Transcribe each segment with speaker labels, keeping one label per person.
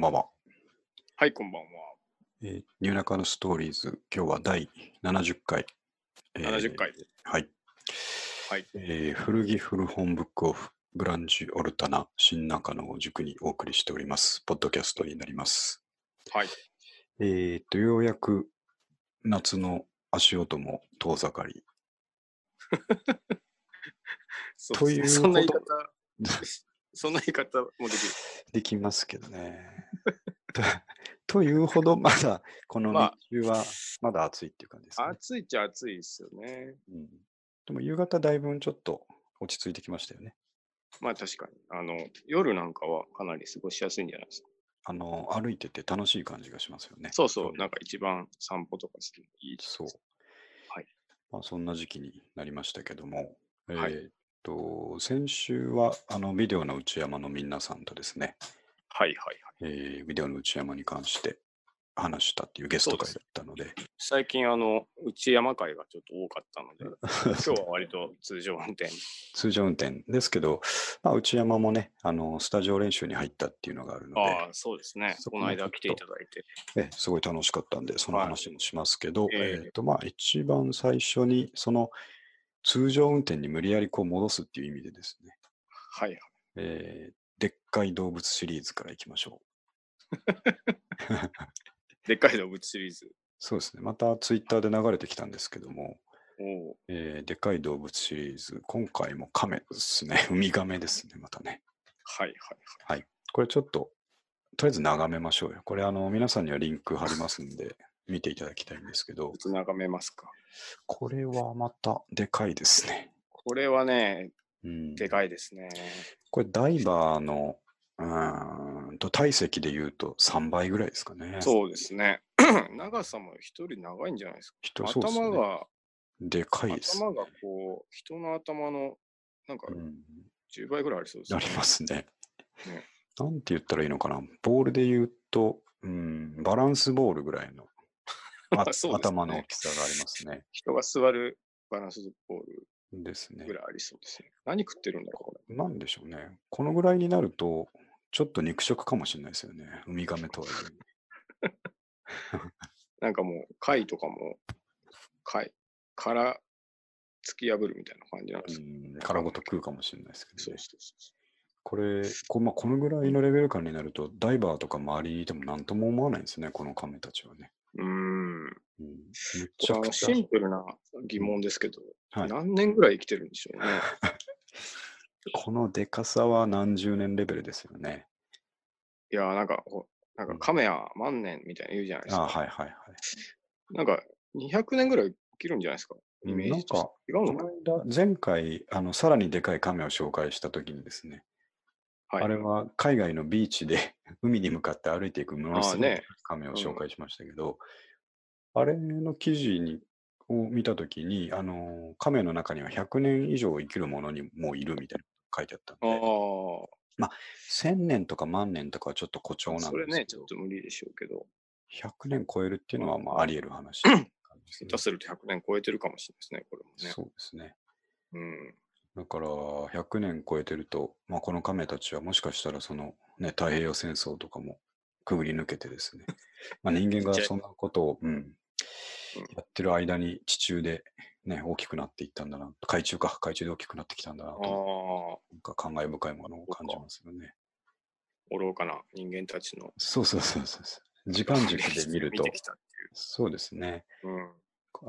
Speaker 1: ばんは。
Speaker 2: はい、こんばんは。
Speaker 1: えー、ニューナカのストーリーズ、今日は第70回。えー
Speaker 2: 70回。
Speaker 1: はい。
Speaker 2: はい
Speaker 1: えー古着古本ブックオフ、ブランジオルタナ、新中野を塾にお送りしております。ポッドキャストになります。
Speaker 2: はい。
Speaker 1: えー、と、ようやく夏の足音も遠ざかり。
Speaker 2: そ
Speaker 1: という
Speaker 2: そんな言い
Speaker 1: こ
Speaker 2: 方、そんな言い方も できる。
Speaker 1: できますけどね。 とというほど、まだこの
Speaker 2: まあ
Speaker 1: 日中はまだ暑いっていう感じですね。
Speaker 2: 暑いっちゃ暑いですよね。
Speaker 1: うん、でも夕方だいぶんちょっと落ち着いてきましたよね。
Speaker 2: まあ確かに。あの、夜なんかはかなり過ごしやすいんじゃないですか。
Speaker 1: あの歩いてて楽しい感じがしますよね。
Speaker 2: そうそう、なんか一番散歩とかするのいいです
Speaker 1: そう。
Speaker 2: はい
Speaker 1: まあ、そんな時期になりましたけども、え
Speaker 2: はい
Speaker 1: ーっと先週はあのビデオの内山の皆さんとですね、
Speaker 2: はいはいはい。
Speaker 1: えービデオの内山に関して話したっていうゲスト会だったので、
Speaker 2: 最近、あの、内山会がちょっと多かったので、 今日は割と通常運転。
Speaker 1: 通常運転ですけど、まあ、内山もねあの、スタジオ練習に入ったっていうのがあるので、
Speaker 2: ああ、そうですね。
Speaker 1: そ
Speaker 2: こ
Speaker 1: こ
Speaker 2: の
Speaker 1: もちょ
Speaker 2: 間
Speaker 1: っと
Speaker 2: 来ていただいて。
Speaker 1: ええ、すごい楽しかったんで、その
Speaker 2: はい
Speaker 1: 話もしますけど、
Speaker 2: ええ
Speaker 1: えっと、まあ、一番最初に、その、通常運転に無理やりこう戻すっていう意味でですね、
Speaker 2: はいはい。
Speaker 1: えーでっかい動物シリーズからいきましょう。
Speaker 2: でっかい動物シリーズ。
Speaker 1: そうですね、またツイッターで流れてきたんですけども、
Speaker 2: おお。
Speaker 1: えーでっかい動物シリーズ、今回もカメですね、 ウミガメですね、またね。
Speaker 2: はいはい
Speaker 1: これちょっと、とりあえず眺めましょうよ。これ、あの、皆さんにはリンク貼りますんで、見ていただきたいんですけど
Speaker 2: はい。、ちょっと眺めますか。
Speaker 1: これはまたでかいですね。
Speaker 2: これはね、
Speaker 1: うん、
Speaker 2: でかいですね。
Speaker 1: これダイバーのうーんと体積で言うと3倍ぐらいですかね。う。
Speaker 2: そうですね。 長さも一人長いんじゃないですか。
Speaker 1: 人そうですね
Speaker 2: 頭が、
Speaker 1: でかいです。
Speaker 2: 頭がこう、人の頭の、なんか
Speaker 1: うん、
Speaker 2: 10倍ぐらいありそうです
Speaker 1: あ
Speaker 2: ね。
Speaker 1: りますね
Speaker 2: ね。
Speaker 1: なんて言ったらいいのかな。ボールで言うと、うん、バランスボールぐら いの、あ
Speaker 2: そうですね
Speaker 1: 頭の大きさがありますね。
Speaker 2: 人が座るバランスボール
Speaker 1: ですね
Speaker 2: ぐ。らいありそうですね。何食ってるんだろう、これ。
Speaker 1: なんでしょうね。このぐらいになると、ちょっと肉食かもしれないですよね。ウミガメとはいえ。
Speaker 2: なんかもう、貝とかも、貝から突き破るみたいな感じなんです
Speaker 1: う
Speaker 2: か、
Speaker 1: ん、殻ごと食うかもしれないですけど
Speaker 2: そう
Speaker 1: ね。
Speaker 2: そうそ
Speaker 1: これ、こ,、まあ、このぐらいのレベル感になると、ダイバーとか周りにいても何とも思わないんですね、このカメたちはね。
Speaker 2: う。うーん。
Speaker 1: うん、めっちゃ
Speaker 2: こ
Speaker 1: く
Speaker 2: れは
Speaker 1: ち
Speaker 2: シ
Speaker 1: ゃ
Speaker 2: ンプルな疑問ですけど、
Speaker 1: はい
Speaker 2: 何年ぐらい生きてるんでしょうね。
Speaker 1: このでかさは何十年レベルですよね。
Speaker 2: いやー、なんかこう、なんか亀は万年みたいな言うじゃないです
Speaker 1: あ
Speaker 2: か。
Speaker 1: はいはいはい。
Speaker 2: なんか200年ぐらい生きるんじゃないですか。イメー
Speaker 1: なん
Speaker 2: ジとし
Speaker 1: か、
Speaker 2: て違う
Speaker 1: こ
Speaker 2: の
Speaker 1: の
Speaker 2: かな
Speaker 1: 間前回あの、さらにでかいカメを紹介したときにですね、
Speaker 2: はい、
Speaker 1: あれは海外のビーチで 海に向かって歩いていくものすご
Speaker 2: あー
Speaker 1: い
Speaker 2: ね
Speaker 1: カメを
Speaker 2: うん
Speaker 1: 紹介しましたけど、あれの記事にを見たときに、あのカメの中には100年以上生きるものにもういるみたいな書いてあった
Speaker 2: あ
Speaker 1: んで、
Speaker 2: ー
Speaker 1: 1000年とか万年とかはちょっと誇張なん
Speaker 2: それ
Speaker 1: です
Speaker 2: ね、
Speaker 1: け
Speaker 2: ち
Speaker 1: ど
Speaker 2: ょっ、と無理でしょうけど、
Speaker 1: 100年超えるっていうのはまああり得る話っていう感じ
Speaker 2: 下
Speaker 1: で
Speaker 2: 手
Speaker 1: す
Speaker 2: すると100年超えてるかもしれないですね、これ
Speaker 1: ね。
Speaker 2: もね。
Speaker 1: そうですね。
Speaker 2: うん、
Speaker 1: だから100年超えてると、まあ、この亀たちはもしかしたらその、ね、太平洋戦争とかもくぐり抜けてですね、まあ、人間が
Speaker 2: ちっちゃい
Speaker 1: そんなことを、うん、やってる間に地中で、ね、大きくなっていったんだな海中か海中で大きくなってきたんだな
Speaker 2: あ
Speaker 1: と
Speaker 2: あ、
Speaker 1: なんか感慨深いものを感じますよね。
Speaker 2: 愚かな人間たちの。
Speaker 1: そうそうそうそうそう。時間軸で見る と
Speaker 2: てきたって
Speaker 1: そうですね
Speaker 2: いう。うん、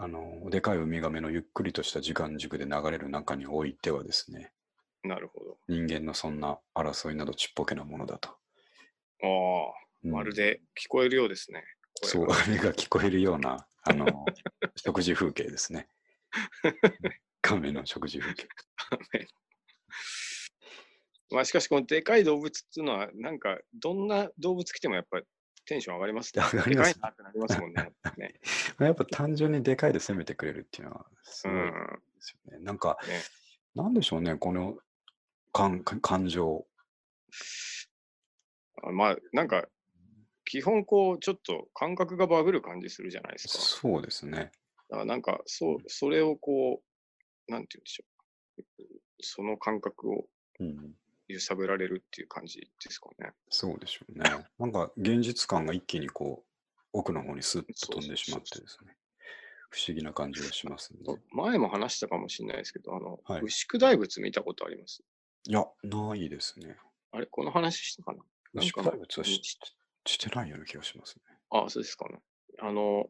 Speaker 1: あのでかいウミガメのゆっくりとした時間軸で流れる中においてはですね
Speaker 2: なるほど。
Speaker 1: 人間のそんな争いなどちっぽけなものだと。
Speaker 2: ああ、
Speaker 1: うん
Speaker 2: まるで聞こえるようですね。
Speaker 1: そう、
Speaker 2: 声が
Speaker 1: あれが聞こえるような、あの、 食事風景です ね。亀の食事風景。
Speaker 2: まあしかし、このでかい動物っていうのは、なんか、どんな動物来てもやっぱりテンション上がりますね。
Speaker 1: 上がります
Speaker 2: でかいなってなりますもんね。ね
Speaker 1: まあやっぱ単純にでかいで攻めてくれるっていうのはす
Speaker 2: う
Speaker 1: ごいで
Speaker 2: ん
Speaker 1: すよね。なんか、
Speaker 2: ね
Speaker 1: なんでしょうね、この感感感情。
Speaker 2: あまあなんか基本こうちょっと感覚がバグる感じするじゃないですか。
Speaker 1: そうですね。
Speaker 2: だからなんかそうそれをこうなんて言うんでしょうその感覚を
Speaker 1: うん、
Speaker 2: 揺さぶられるっていう感じですかね。
Speaker 1: そうでしょ うね。なんか現実感が一気にこう、奥の方にスッと飛んでしまってですね。不思議な感じがしますね。
Speaker 2: 前も話したかもしれないですけど、あの、
Speaker 1: はい
Speaker 2: 牛久大仏見たことあります
Speaker 1: いや、ないですね。
Speaker 2: あれ、この話したかななん
Speaker 1: 牛
Speaker 2: か
Speaker 1: 久
Speaker 2: の
Speaker 1: 大仏は
Speaker 2: うん
Speaker 1: ししてないような気がしますね。
Speaker 2: あそうですかね。あの、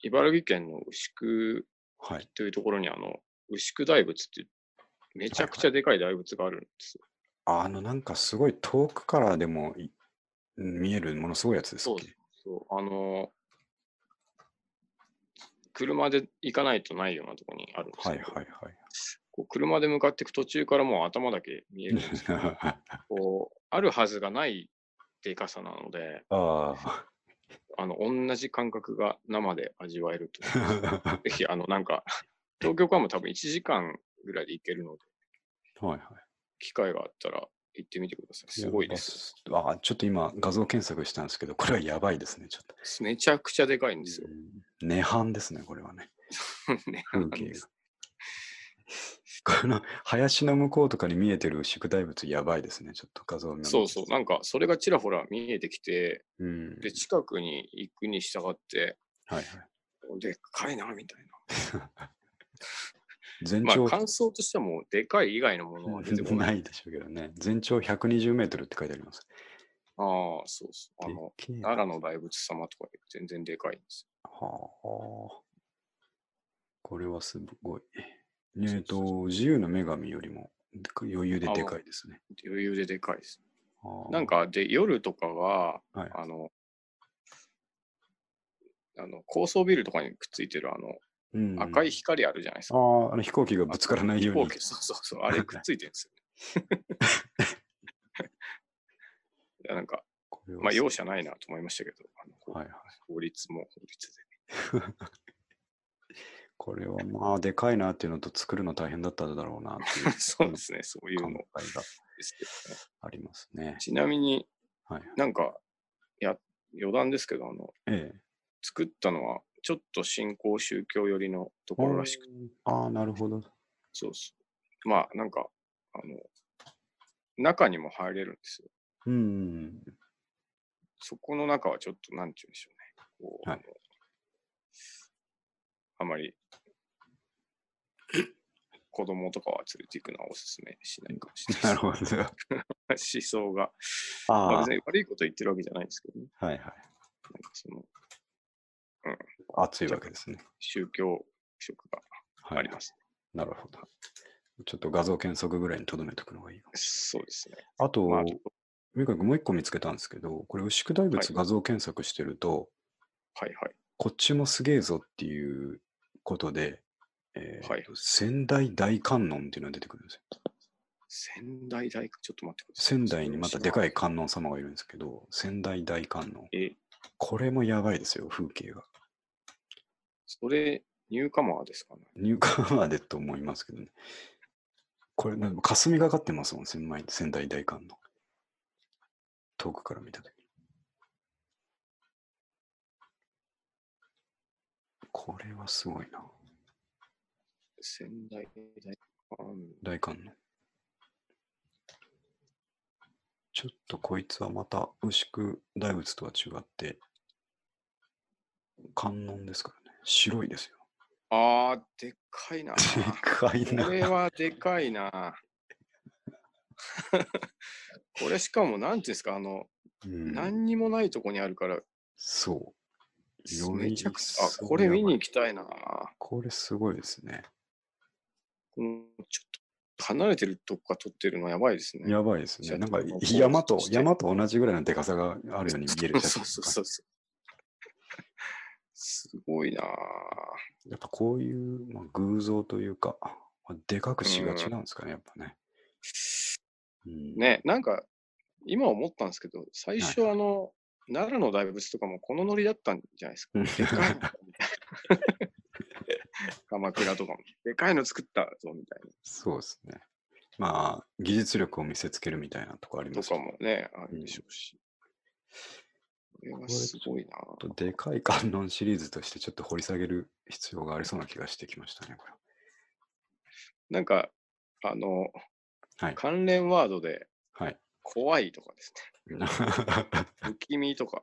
Speaker 2: 茨城県の牛久
Speaker 1: はい。
Speaker 2: というところに、あの、牛久大仏っていう、めちゃくちゃでかい大仏があるんですよ。
Speaker 1: あの、なんかすごい遠くからでもい見えるものすごいやつですっけ
Speaker 2: そう、あの、車で行かないとないようなところにあるんです
Speaker 1: は
Speaker 2: け
Speaker 1: い
Speaker 2: ど、
Speaker 1: はい
Speaker 2: こう車で向かっていく途中からもう頭だけ見えるんで すけど、
Speaker 1: はい。
Speaker 2: こうあるはずがないでかさなので、
Speaker 1: あ あ。
Speaker 2: あの同じ感覚が生で味わえると思い ます。ぜひ、あの、なんか、東京からも多分1時間ぐらいで行けるので、
Speaker 1: はいはい。
Speaker 2: 機会があったら行ってみてください。すごいです。
Speaker 1: やばっす。あーちょっと今画像検索したんですけど、これはやばいですね、ちょっと。
Speaker 2: めちゃくちゃでかいんですよ。
Speaker 1: うん涅槃ですね、これはね。
Speaker 2: ね
Speaker 1: 風景が。 この林の向こうとかに見えてる宿大仏やばいですね、ちょっと画像を見
Speaker 2: そうそう、なんかそれがちらほら見えてきて、
Speaker 1: う。うん。
Speaker 2: で、近くに行くに従って、
Speaker 1: はいはい。
Speaker 2: でっかいな、みたい
Speaker 1: 全
Speaker 2: な。ま
Speaker 1: 長、
Speaker 2: あ、感想としてはもうでかい以外のも のは出てこ
Speaker 1: な
Speaker 2: ない。
Speaker 1: いでしょうけどね。全長120メートルって書いてあります。
Speaker 2: ああ、そうそう。あ
Speaker 1: でっ
Speaker 2: の、
Speaker 1: けえ
Speaker 2: 奈良の大仏様とか全然でかいんです
Speaker 1: はあ。これはすごい。えっと、自由の女神よりもでか余裕ででかいですね。
Speaker 2: よ。余裕ででかいです。
Speaker 1: はあ
Speaker 2: なん、か、で、夜とかは、
Speaker 1: はい、
Speaker 2: あの、あの高層ビルとかにくっついてるあの
Speaker 1: うん
Speaker 2: 赤い光あるじゃないです
Speaker 1: あ
Speaker 2: か。
Speaker 1: あ、あの飛行機がぶつからないように
Speaker 2: 飛行。機そうそうそう、あ れくっついてるんですよ、 ね。いやなんか、
Speaker 1: これは
Speaker 2: まあ、容赦ないなと思いましたけど、あのこう
Speaker 1: はいはい。
Speaker 2: 法律も法律で。
Speaker 1: これはまあ、でかいなっていうのと作るの大変だっただろうなっていう。
Speaker 2: そうですね、そういう
Speaker 1: 考
Speaker 2: の
Speaker 1: えが
Speaker 2: ですけどね。
Speaker 1: ありますね。
Speaker 2: ちなみに
Speaker 1: はい。
Speaker 2: なんか、いや、余談ですけど、あの、
Speaker 1: ええ。
Speaker 2: 作ったのは、ちょっと新興宗教寄りのところらしくて、
Speaker 1: ああ、なるほど。
Speaker 2: そうそう。まあ、なんか、あの、中にも入れるんですよ。
Speaker 1: うん。
Speaker 2: そこの中はちょっと、なんて言うんでしょうね。こう
Speaker 1: はい
Speaker 2: あのあまり、子供とかは連れて行くのはおすすめしないかもしれな
Speaker 1: ないる
Speaker 2: です。
Speaker 1: ほど。
Speaker 2: 思想が、ま
Speaker 1: あ
Speaker 2: あ別に悪いこと言ってるわけじゃないんですけどね。
Speaker 1: あ、はいはい。
Speaker 2: なんかその
Speaker 1: 熱いわけですね。
Speaker 2: 宗教色が
Speaker 1: は
Speaker 2: あ
Speaker 1: い
Speaker 2: り。ます。
Speaker 1: なるほど。ちょっと画像検索ぐらいにとどめておくのがいいかも。
Speaker 2: そうですね。
Speaker 1: あと、
Speaker 2: まあ、
Speaker 1: ミカ君もう一個見つけたんですけど、これ、牛久大仏
Speaker 2: はい
Speaker 1: 画像検索してると、
Speaker 2: はいはい。
Speaker 1: こっちもすげえぞっていうことで、えー
Speaker 2: はい
Speaker 1: と仙台大観音っていうのが出てくるんですよ。
Speaker 2: 仙台大学、ちょっと待ってください。
Speaker 1: 仙台にまたでか
Speaker 2: い。
Speaker 1: い観音様がいるんですけど、仙台大観音。
Speaker 2: え、
Speaker 1: これもやばいですよ、風景が。
Speaker 2: それ、ニューカマーですかね。
Speaker 1: ニューカマーでと思いますけどね。これ、なんか霞がかってますもん、仙台仙台大観音。遠くから見たとき。これはすごいな、
Speaker 2: 仙台大学。
Speaker 1: 大観音。ちょっとこいつはまた牛久大仏とは違って、観音ですからね。白いですよ。
Speaker 2: あー、でっ かいな。
Speaker 1: で
Speaker 2: こ
Speaker 1: かいな。
Speaker 2: れはでかいな。 これしかも、なんていうんですか、あの、
Speaker 1: うん
Speaker 2: 何にもないとこにあるから、
Speaker 1: そう。より
Speaker 2: めちゃくちゃ、
Speaker 1: 一層
Speaker 2: あ、これ見に
Speaker 1: やばい
Speaker 2: 行きたいな。
Speaker 1: これすごいですね。
Speaker 2: このちょっと離れてるとこから撮ってるのやばいですね。
Speaker 1: やばいです
Speaker 2: シ
Speaker 1: ね。
Speaker 2: ャ
Speaker 1: な
Speaker 2: ツ
Speaker 1: んか
Speaker 2: のポーズ
Speaker 1: 山と
Speaker 2: として
Speaker 1: 山と同じぐらいのでかさがあるように見える写
Speaker 2: そ
Speaker 1: 真と
Speaker 2: うそう
Speaker 1: か
Speaker 2: そうそう。すごいなぁ。
Speaker 1: やっぱこういう、まあ、偶像というか、まあでかくしがちなんですかね、やっぱね。うん、
Speaker 2: ね、なんか、今思ったんですけど、最初
Speaker 1: は
Speaker 2: あの、奈良の大仏とかもこのノリだったんじゃないです か。でかいの鎌倉とかも。でかいの作ったぞみたい
Speaker 1: そうですね。まあ、技術力を見せつけるみたいなとこありま
Speaker 2: なと
Speaker 1: すけ
Speaker 2: か
Speaker 1: ど
Speaker 2: もね、あるでしょうし。これはすごいな
Speaker 1: ち
Speaker 2: ぁ。
Speaker 1: ょっとでかい観音シリーズとしてちょっと掘り下げる必要がありそうな気がしてきましたね、これは。
Speaker 2: なんか、あの、
Speaker 1: はい
Speaker 2: 関連ワードで、
Speaker 1: はい。
Speaker 2: 怖いとかですね。不気味とか。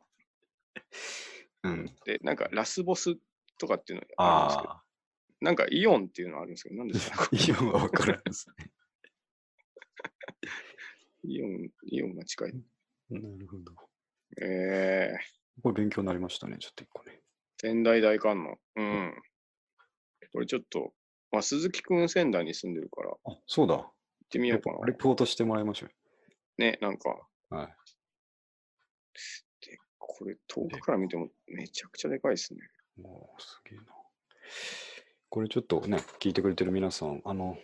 Speaker 1: うん。
Speaker 2: で、なんかラスボスとかっていうのがあるんですけど、
Speaker 1: あ
Speaker 2: なんかイオン っていうのあるんですけど、なんですか
Speaker 1: あ、イオンは分からんですね。
Speaker 2: イオン、イオンが近い。
Speaker 1: なるほど。
Speaker 2: えー、
Speaker 1: これ勉強になりましたね、ちょっと一個ね。
Speaker 2: 仙台大観音。うん。これちょっと、まあ、鈴木くん仙台に住んでるから、行
Speaker 1: あ、そうだ。
Speaker 2: ってみようか
Speaker 1: レ
Speaker 2: な。
Speaker 1: ポートしてもらいましょ
Speaker 2: ね、なんか、
Speaker 1: う。はい。
Speaker 2: これ遠くから見てもめちゃくちゃでかいですね。
Speaker 1: もうすげえな。これちょっとね、聞いてくれてる皆さん、あの、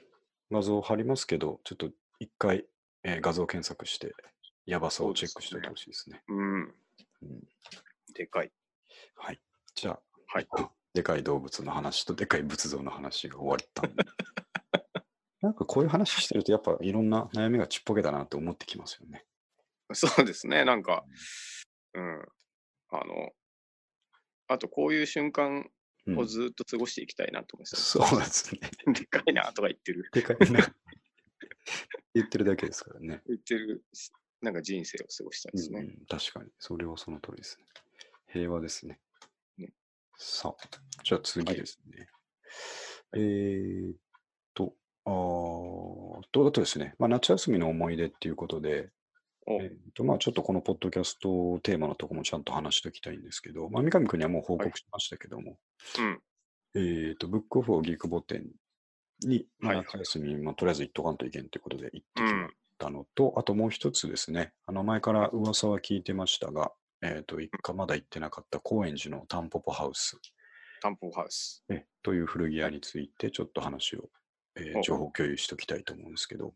Speaker 1: 画像貼りますけど、ちょっと一回、えー画像検索して、やばさをチェックしておいてほしいですね。
Speaker 2: うん。
Speaker 1: うん
Speaker 2: でかい。
Speaker 1: はい。じゃあ、
Speaker 2: はい。
Speaker 1: でかい動物の話とでかい仏像の話が終わったんで。 なんかこういう話してると、やっぱいろんな悩みがちっぽけだなって思ってきますよね。
Speaker 2: そうですね、なんか、うん。あの、あとこういう瞬間
Speaker 1: うん
Speaker 2: をずっと過ごしていきたいなと思います。
Speaker 1: そうです ね。
Speaker 2: でかいなとか言ってる。
Speaker 1: でかいな。言ってるだけですからね。
Speaker 2: 言ってる、なんか人生を過ごしたいです
Speaker 1: う
Speaker 2: ね。
Speaker 1: ん、確かに。それはその通りですね。平和ですね。
Speaker 2: ね
Speaker 1: さあ、じゃあ次
Speaker 2: はい
Speaker 1: ですね。えーっと、あーと、あとですね、まあ、夏休みの思い出っていうことで、
Speaker 2: お
Speaker 1: えーっとまあ、ちょっとこのポッドキャストテーマのとこもちゃんと話しておきたいんですけど、まあ、三上君にはもう報
Speaker 2: はい
Speaker 1: 告しましたけども、
Speaker 2: うん。
Speaker 1: えーっと、ブックオフをギークボ店に、まあ
Speaker 2: はいはい
Speaker 1: 夏休み、まあ、とりあえず行っとかんといけんということで行ってきましたったのと、あともう一つですね、あの前から噂は聞いてましたが、えっ、と、一回まだ行ってなかった高円寺のタンポポハウス
Speaker 2: タンポポハウス。
Speaker 1: ねという古着屋について、ちょっと話を、えー
Speaker 2: お
Speaker 1: 情報共有しておきたいと思うんですけど。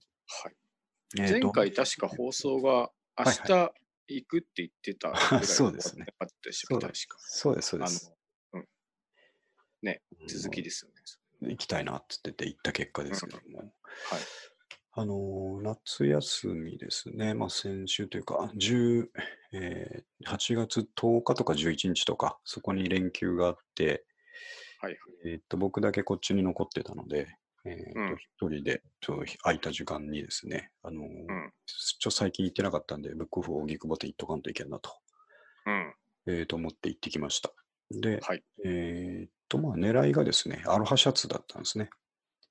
Speaker 2: はい。
Speaker 1: えー
Speaker 2: 前
Speaker 1: と
Speaker 2: 回確か放送が明
Speaker 1: はい
Speaker 2: 日行くって言ってたぐらいの
Speaker 1: あ そうですね
Speaker 2: あったでしたっけ
Speaker 1: そう
Speaker 2: 確
Speaker 1: だそうです、そう
Speaker 2: か。
Speaker 1: で
Speaker 2: あ
Speaker 1: す。
Speaker 2: の、うん。ね、続き
Speaker 1: で。
Speaker 2: ですよね。
Speaker 1: 行きたいなって言ってて行った結果ですけども。
Speaker 2: はい。
Speaker 1: あのー夏休みですね、まあ、先週というか、10えー8月10日とか11日とか、そこに連休があって、
Speaker 2: はいはい。
Speaker 1: えーっと、僕だけこっちに残ってたので、えーっ
Speaker 2: う
Speaker 1: と
Speaker 2: ん
Speaker 1: 一、人で、ちょっと空いた時間にですね、あのー
Speaker 2: ん
Speaker 1: ちょっと最近行ってなかったんで、ブックオフを荻窪で行っとかんといけんなと、
Speaker 2: うん。
Speaker 1: えーっと思って行ってきました。で、
Speaker 2: はい。
Speaker 1: えーっと、まあ、狙いがですね、アロハシャツだったんですね。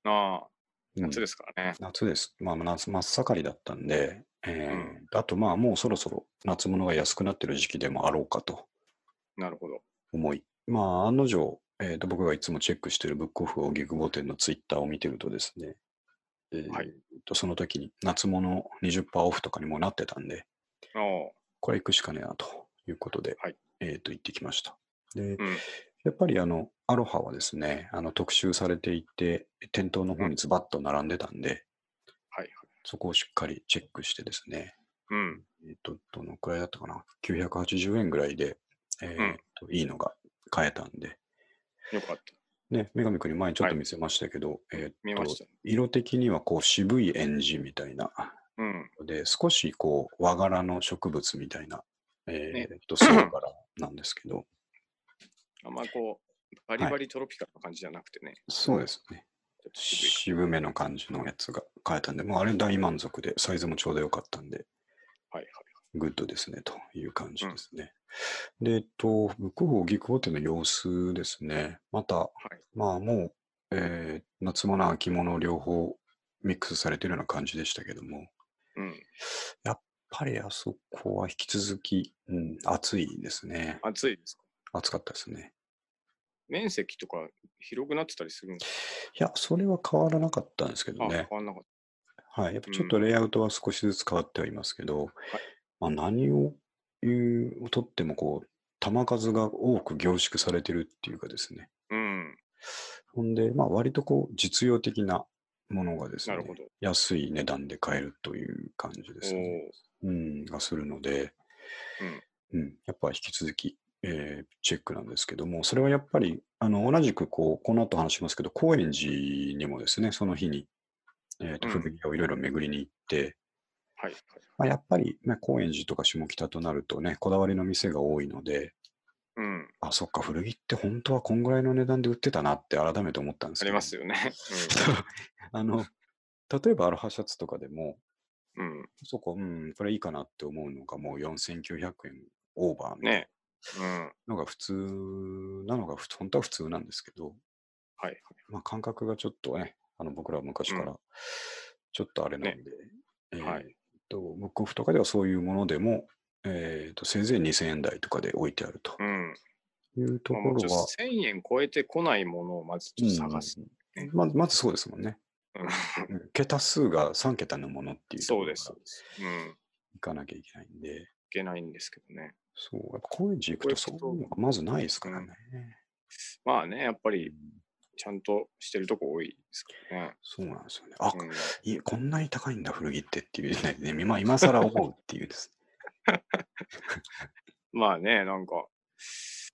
Speaker 2: ああ、
Speaker 1: うん
Speaker 2: 夏ですからね。
Speaker 1: 夏です。まあ、夏真っ盛りだったんで、え
Speaker 2: うん
Speaker 1: ーあと、まあ、もうそろそろ夏物が安くなってる時期でもあろうかと
Speaker 2: なるほど。
Speaker 1: 思い、まあ、案の定、えーと、僕がいつもチェックしてるブックオフ荻窪店のツイッターを見てるとですね、えー
Speaker 2: はい
Speaker 1: とその時に夏物20%オフとかにもうなってたんで、
Speaker 2: お
Speaker 1: これ行くしかねえなということで、
Speaker 2: はい
Speaker 1: えっと、行ってきました。で、
Speaker 2: うん
Speaker 1: やっぱりあの、アロハはですね、あの特集されていて、店頭の方にズバッと並んでたんで、
Speaker 2: はいはい。
Speaker 1: そこをしっかりチェックしてですね、
Speaker 2: うん。
Speaker 1: えっ、と、どのくらいだったかな ?980 円ぐらいで、えっ、と、いいのが買えたんで、
Speaker 2: よかった。
Speaker 1: ね、女神くんに前にちょっと
Speaker 2: はい
Speaker 1: 見せましたけど、え
Speaker 2: 見
Speaker 1: っ、
Speaker 2: ま
Speaker 1: と
Speaker 2: した、
Speaker 1: 色的にはこう渋い演じみたいな、
Speaker 2: うん。
Speaker 1: で、少しこう和柄の植物みたいな、えっ、と、
Speaker 2: ね
Speaker 1: そう柄なんですけど、
Speaker 2: あんまこう、バリバリトロピカルな感じじゃなくてね。
Speaker 1: そうですね。
Speaker 2: ちょっと渋い
Speaker 1: 渋めの感じのやつが買えたんで、もうあれ大満足で、サイズもちょうど良かったんで、
Speaker 2: はいはい。
Speaker 1: グッドですね、という感じですね。で、えっと、向こう、荻窪店の様子ですね。また、
Speaker 2: はい。
Speaker 1: まあもう、えー夏物、秋物両方ミックスされてるような感じでしたけども、やっ
Speaker 2: うん。
Speaker 1: ぱりあそこは引き続き、うん、暑いですね。
Speaker 2: 暑いですか
Speaker 1: 暑かったですね。
Speaker 2: 面積とか広くなってたりするんです
Speaker 1: いや、それは変わらなかったんですけ
Speaker 2: か
Speaker 1: ど
Speaker 2: あ、
Speaker 1: ね
Speaker 2: 変。わんなかっ
Speaker 1: はい。やっぱちょっとレイアウトは少しずつ変わってはいますけど、まあ、何を言う、とってもこう、球数が多く凝縮されてるっていうかですね。
Speaker 2: た。うん。
Speaker 1: ほんで、まあ、割とこう、実用的なものがです
Speaker 2: な
Speaker 1: ね
Speaker 2: る、ほど。
Speaker 1: 安い値段で買えるという感じですね。うん、がするので、うん、やっぱ引き続き、えーチェックなんですけども、それはやっぱり、あの、同じくこう、この後話しますけど、高円寺にもですね、その日に、えーと、
Speaker 2: うん
Speaker 1: 古着屋をいろいろ巡りに行って、
Speaker 2: おーはいはい。
Speaker 1: まあ、やっぱり、ね、高円寺とか下北となるとね、こだわりの店が多いので、
Speaker 2: うん。
Speaker 1: あ、そっか、古着って本当はこんぐらいの値段で売ってたなって改めて思ったんですけ
Speaker 2: あり
Speaker 1: ど。
Speaker 2: ますよね。
Speaker 1: そうあの、例えばアロハシャツとかでも、
Speaker 2: うん。
Speaker 1: そこ、うん、これいいかなって思うのが、もう4900円オーバーの
Speaker 2: ねうん。
Speaker 1: のが普通なのがふ、本当は普通なんですけど、
Speaker 2: はい。
Speaker 1: まあ、感覚がちょっとね、あの僕らは昔か
Speaker 2: う
Speaker 1: らちょっとあれなんで、えー
Speaker 2: はい
Speaker 1: っとブックオフとかではそういうものでも、えーっとせいぜい2000円台とかで置いてあると
Speaker 2: うん。
Speaker 1: いうと
Speaker 2: まあ、
Speaker 1: こ
Speaker 2: もうちょっ
Speaker 1: ろ
Speaker 2: と
Speaker 1: は、
Speaker 2: 1000円超えてこないものをまずちょっと探す。
Speaker 1: う
Speaker 2: ね
Speaker 1: んまずまずそうですもん ね。
Speaker 2: うん。
Speaker 1: うん桁数が3桁のものっていうとこ
Speaker 2: そう
Speaker 1: ろ
Speaker 2: で
Speaker 1: か
Speaker 2: す
Speaker 1: ら。
Speaker 2: うん。い
Speaker 1: いかなきゃいけないんで、
Speaker 2: けないんですけどね。
Speaker 1: そう、やっぱこういう軸とそういうのがまずないですからね。
Speaker 2: まあね、やっぱ
Speaker 1: うん
Speaker 2: りちゃんとしてるとこ多いですからね。
Speaker 1: そうなんですよね。あ、
Speaker 2: うん
Speaker 1: いえこんなに高いんだ、古着ってっていうね、ね今今更思うっていうです。
Speaker 2: まあね、なんか、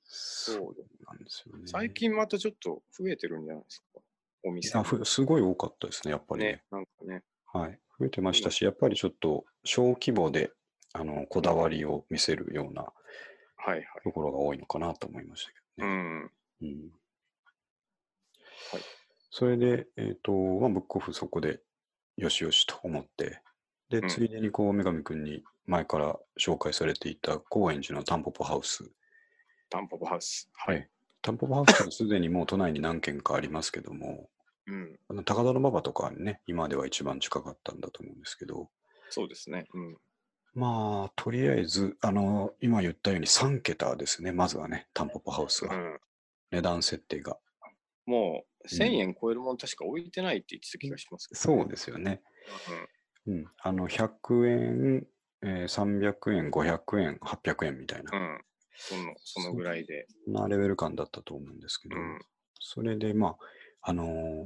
Speaker 1: そうなんですよね。
Speaker 2: 最近またちょっと増えてるんじゃないですか。お店
Speaker 1: あふすごい多かったですね、やっぱりね。
Speaker 2: ね。なんかね。
Speaker 1: はい、増えてましたし、やっぱりちょっと小規模であのこだわりを見せるような
Speaker 2: はいはい。
Speaker 1: ところが多いのかなと思いましたけ
Speaker 2: う
Speaker 1: どね。
Speaker 2: ん。
Speaker 1: うん
Speaker 2: はい
Speaker 1: それで、えっとまあ、ブックオフそこでよしよしと思って、で、
Speaker 2: うん
Speaker 1: ついでにこう、女神くんに前から紹介されていた高円寺のタンポポハウス。
Speaker 2: タンポポハウス。
Speaker 1: は。い。タンポポハウスはすでにもう都内に何軒かありますけども、
Speaker 2: うん。
Speaker 1: あの高田馬場とかにね、今では一番近かったんだと思うんですけど、
Speaker 2: そうですね。うん。
Speaker 1: まあ、とりあえず、あの、今言ったように3桁ですね、まずはね、タンポポハウス
Speaker 2: う
Speaker 1: は。
Speaker 2: ん、
Speaker 1: 値段設定が。
Speaker 2: もう、1000円超えるもの確か置いてないって言ってた気がしますけど、
Speaker 1: そうですよね。うん。あの、100円、えー300円、500円、800円みたいな
Speaker 2: う、ん。うん。その、そのぐらいで。
Speaker 1: そんなレベル感だったと思うんですけ
Speaker 2: う
Speaker 1: ど、
Speaker 2: ん。
Speaker 1: それで、まあ、あのー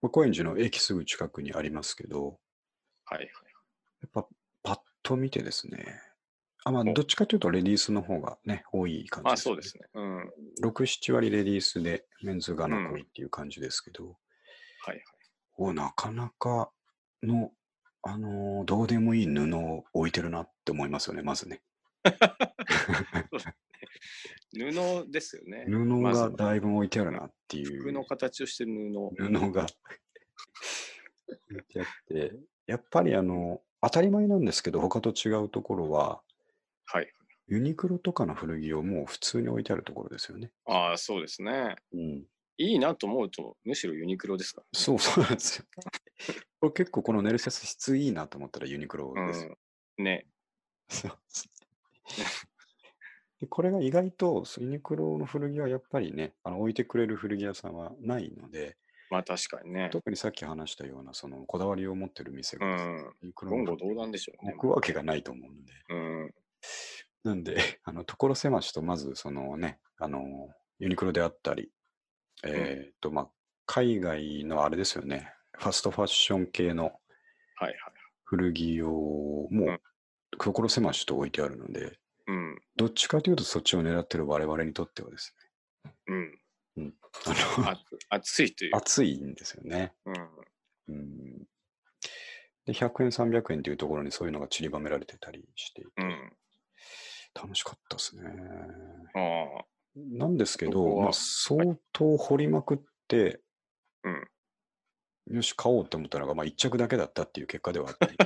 Speaker 1: まあ高円寺の駅すぐ近くにありますけど、
Speaker 2: はいはい。
Speaker 1: やっぱ、パッと見てですね、あまあ、
Speaker 2: お
Speaker 1: どっちかというと、レディースの方がね、多い感じ
Speaker 2: まあそう
Speaker 1: ね
Speaker 2: ですね。うん。はい
Speaker 1: 6、7割レディースで、メンズが残り
Speaker 2: う
Speaker 1: っていう感じですけど、
Speaker 2: はい。
Speaker 1: おなかなかの、あのーどうでもいい布を置いてるなって思いますよね、まずね。
Speaker 2: 布ですよね。
Speaker 1: 布
Speaker 2: まず
Speaker 1: が
Speaker 2: は
Speaker 1: だいぶ置いてあるなっていう。
Speaker 2: 服の形をしてる布。
Speaker 1: 布が置いてあって、やっぱりあの、当たり前なんですけど、他と違うところは、
Speaker 2: はい。
Speaker 1: ユニクロとかの古着をもう普通に置いてあるところですよね。
Speaker 2: ああ、そうですね。
Speaker 1: うん、
Speaker 2: いいなと思うと、むしろユニクロですから、
Speaker 1: そうそうなんですよ。これ結構このネルセス質いいなと思ったらユニクロ
Speaker 2: う
Speaker 1: ですよ。
Speaker 2: ん。ね。
Speaker 1: そう でこれが意外とそうユニクロの古着はやっぱりね、あの置いてくれる古着屋さんはないので、
Speaker 2: まあ確かにね。
Speaker 1: 特にさっき話したようなそのこだわりを持ってる店
Speaker 2: う
Speaker 1: が、
Speaker 2: ん。
Speaker 1: ユニクロの
Speaker 2: 言語
Speaker 1: 古着
Speaker 2: 道断でしょうね。
Speaker 1: 置くわけがないと思うので。
Speaker 2: うん。
Speaker 1: なんで、 あの、所狭しと、まず、そのね、あの、ユニクロであったり、えっと、まあ、海外のあれですよね、ファストファッション系の
Speaker 2: はいはい。
Speaker 1: 古着をも
Speaker 2: う、
Speaker 1: うん所狭しと置いてあるので、
Speaker 2: うん。
Speaker 1: どっちかというとそっちを狙ってる我々にとってはです
Speaker 2: うん。
Speaker 1: ね、あの、
Speaker 2: あ暑い という。
Speaker 1: 熱いんですよね。う
Speaker 2: うん。
Speaker 1: ん。で、100円、300円というところにそういうのが散りばめられてたりしていて、
Speaker 2: うん。
Speaker 1: 楽しかったですね。
Speaker 2: ああ。
Speaker 1: なんですけ
Speaker 2: そこ
Speaker 1: ど、
Speaker 2: は
Speaker 1: ま
Speaker 2: は
Speaker 1: あ、
Speaker 2: い
Speaker 1: 相当掘りまくって、よし、買おうと思ったのが、まあ、1着だけだったっていう結果ではあっ たり。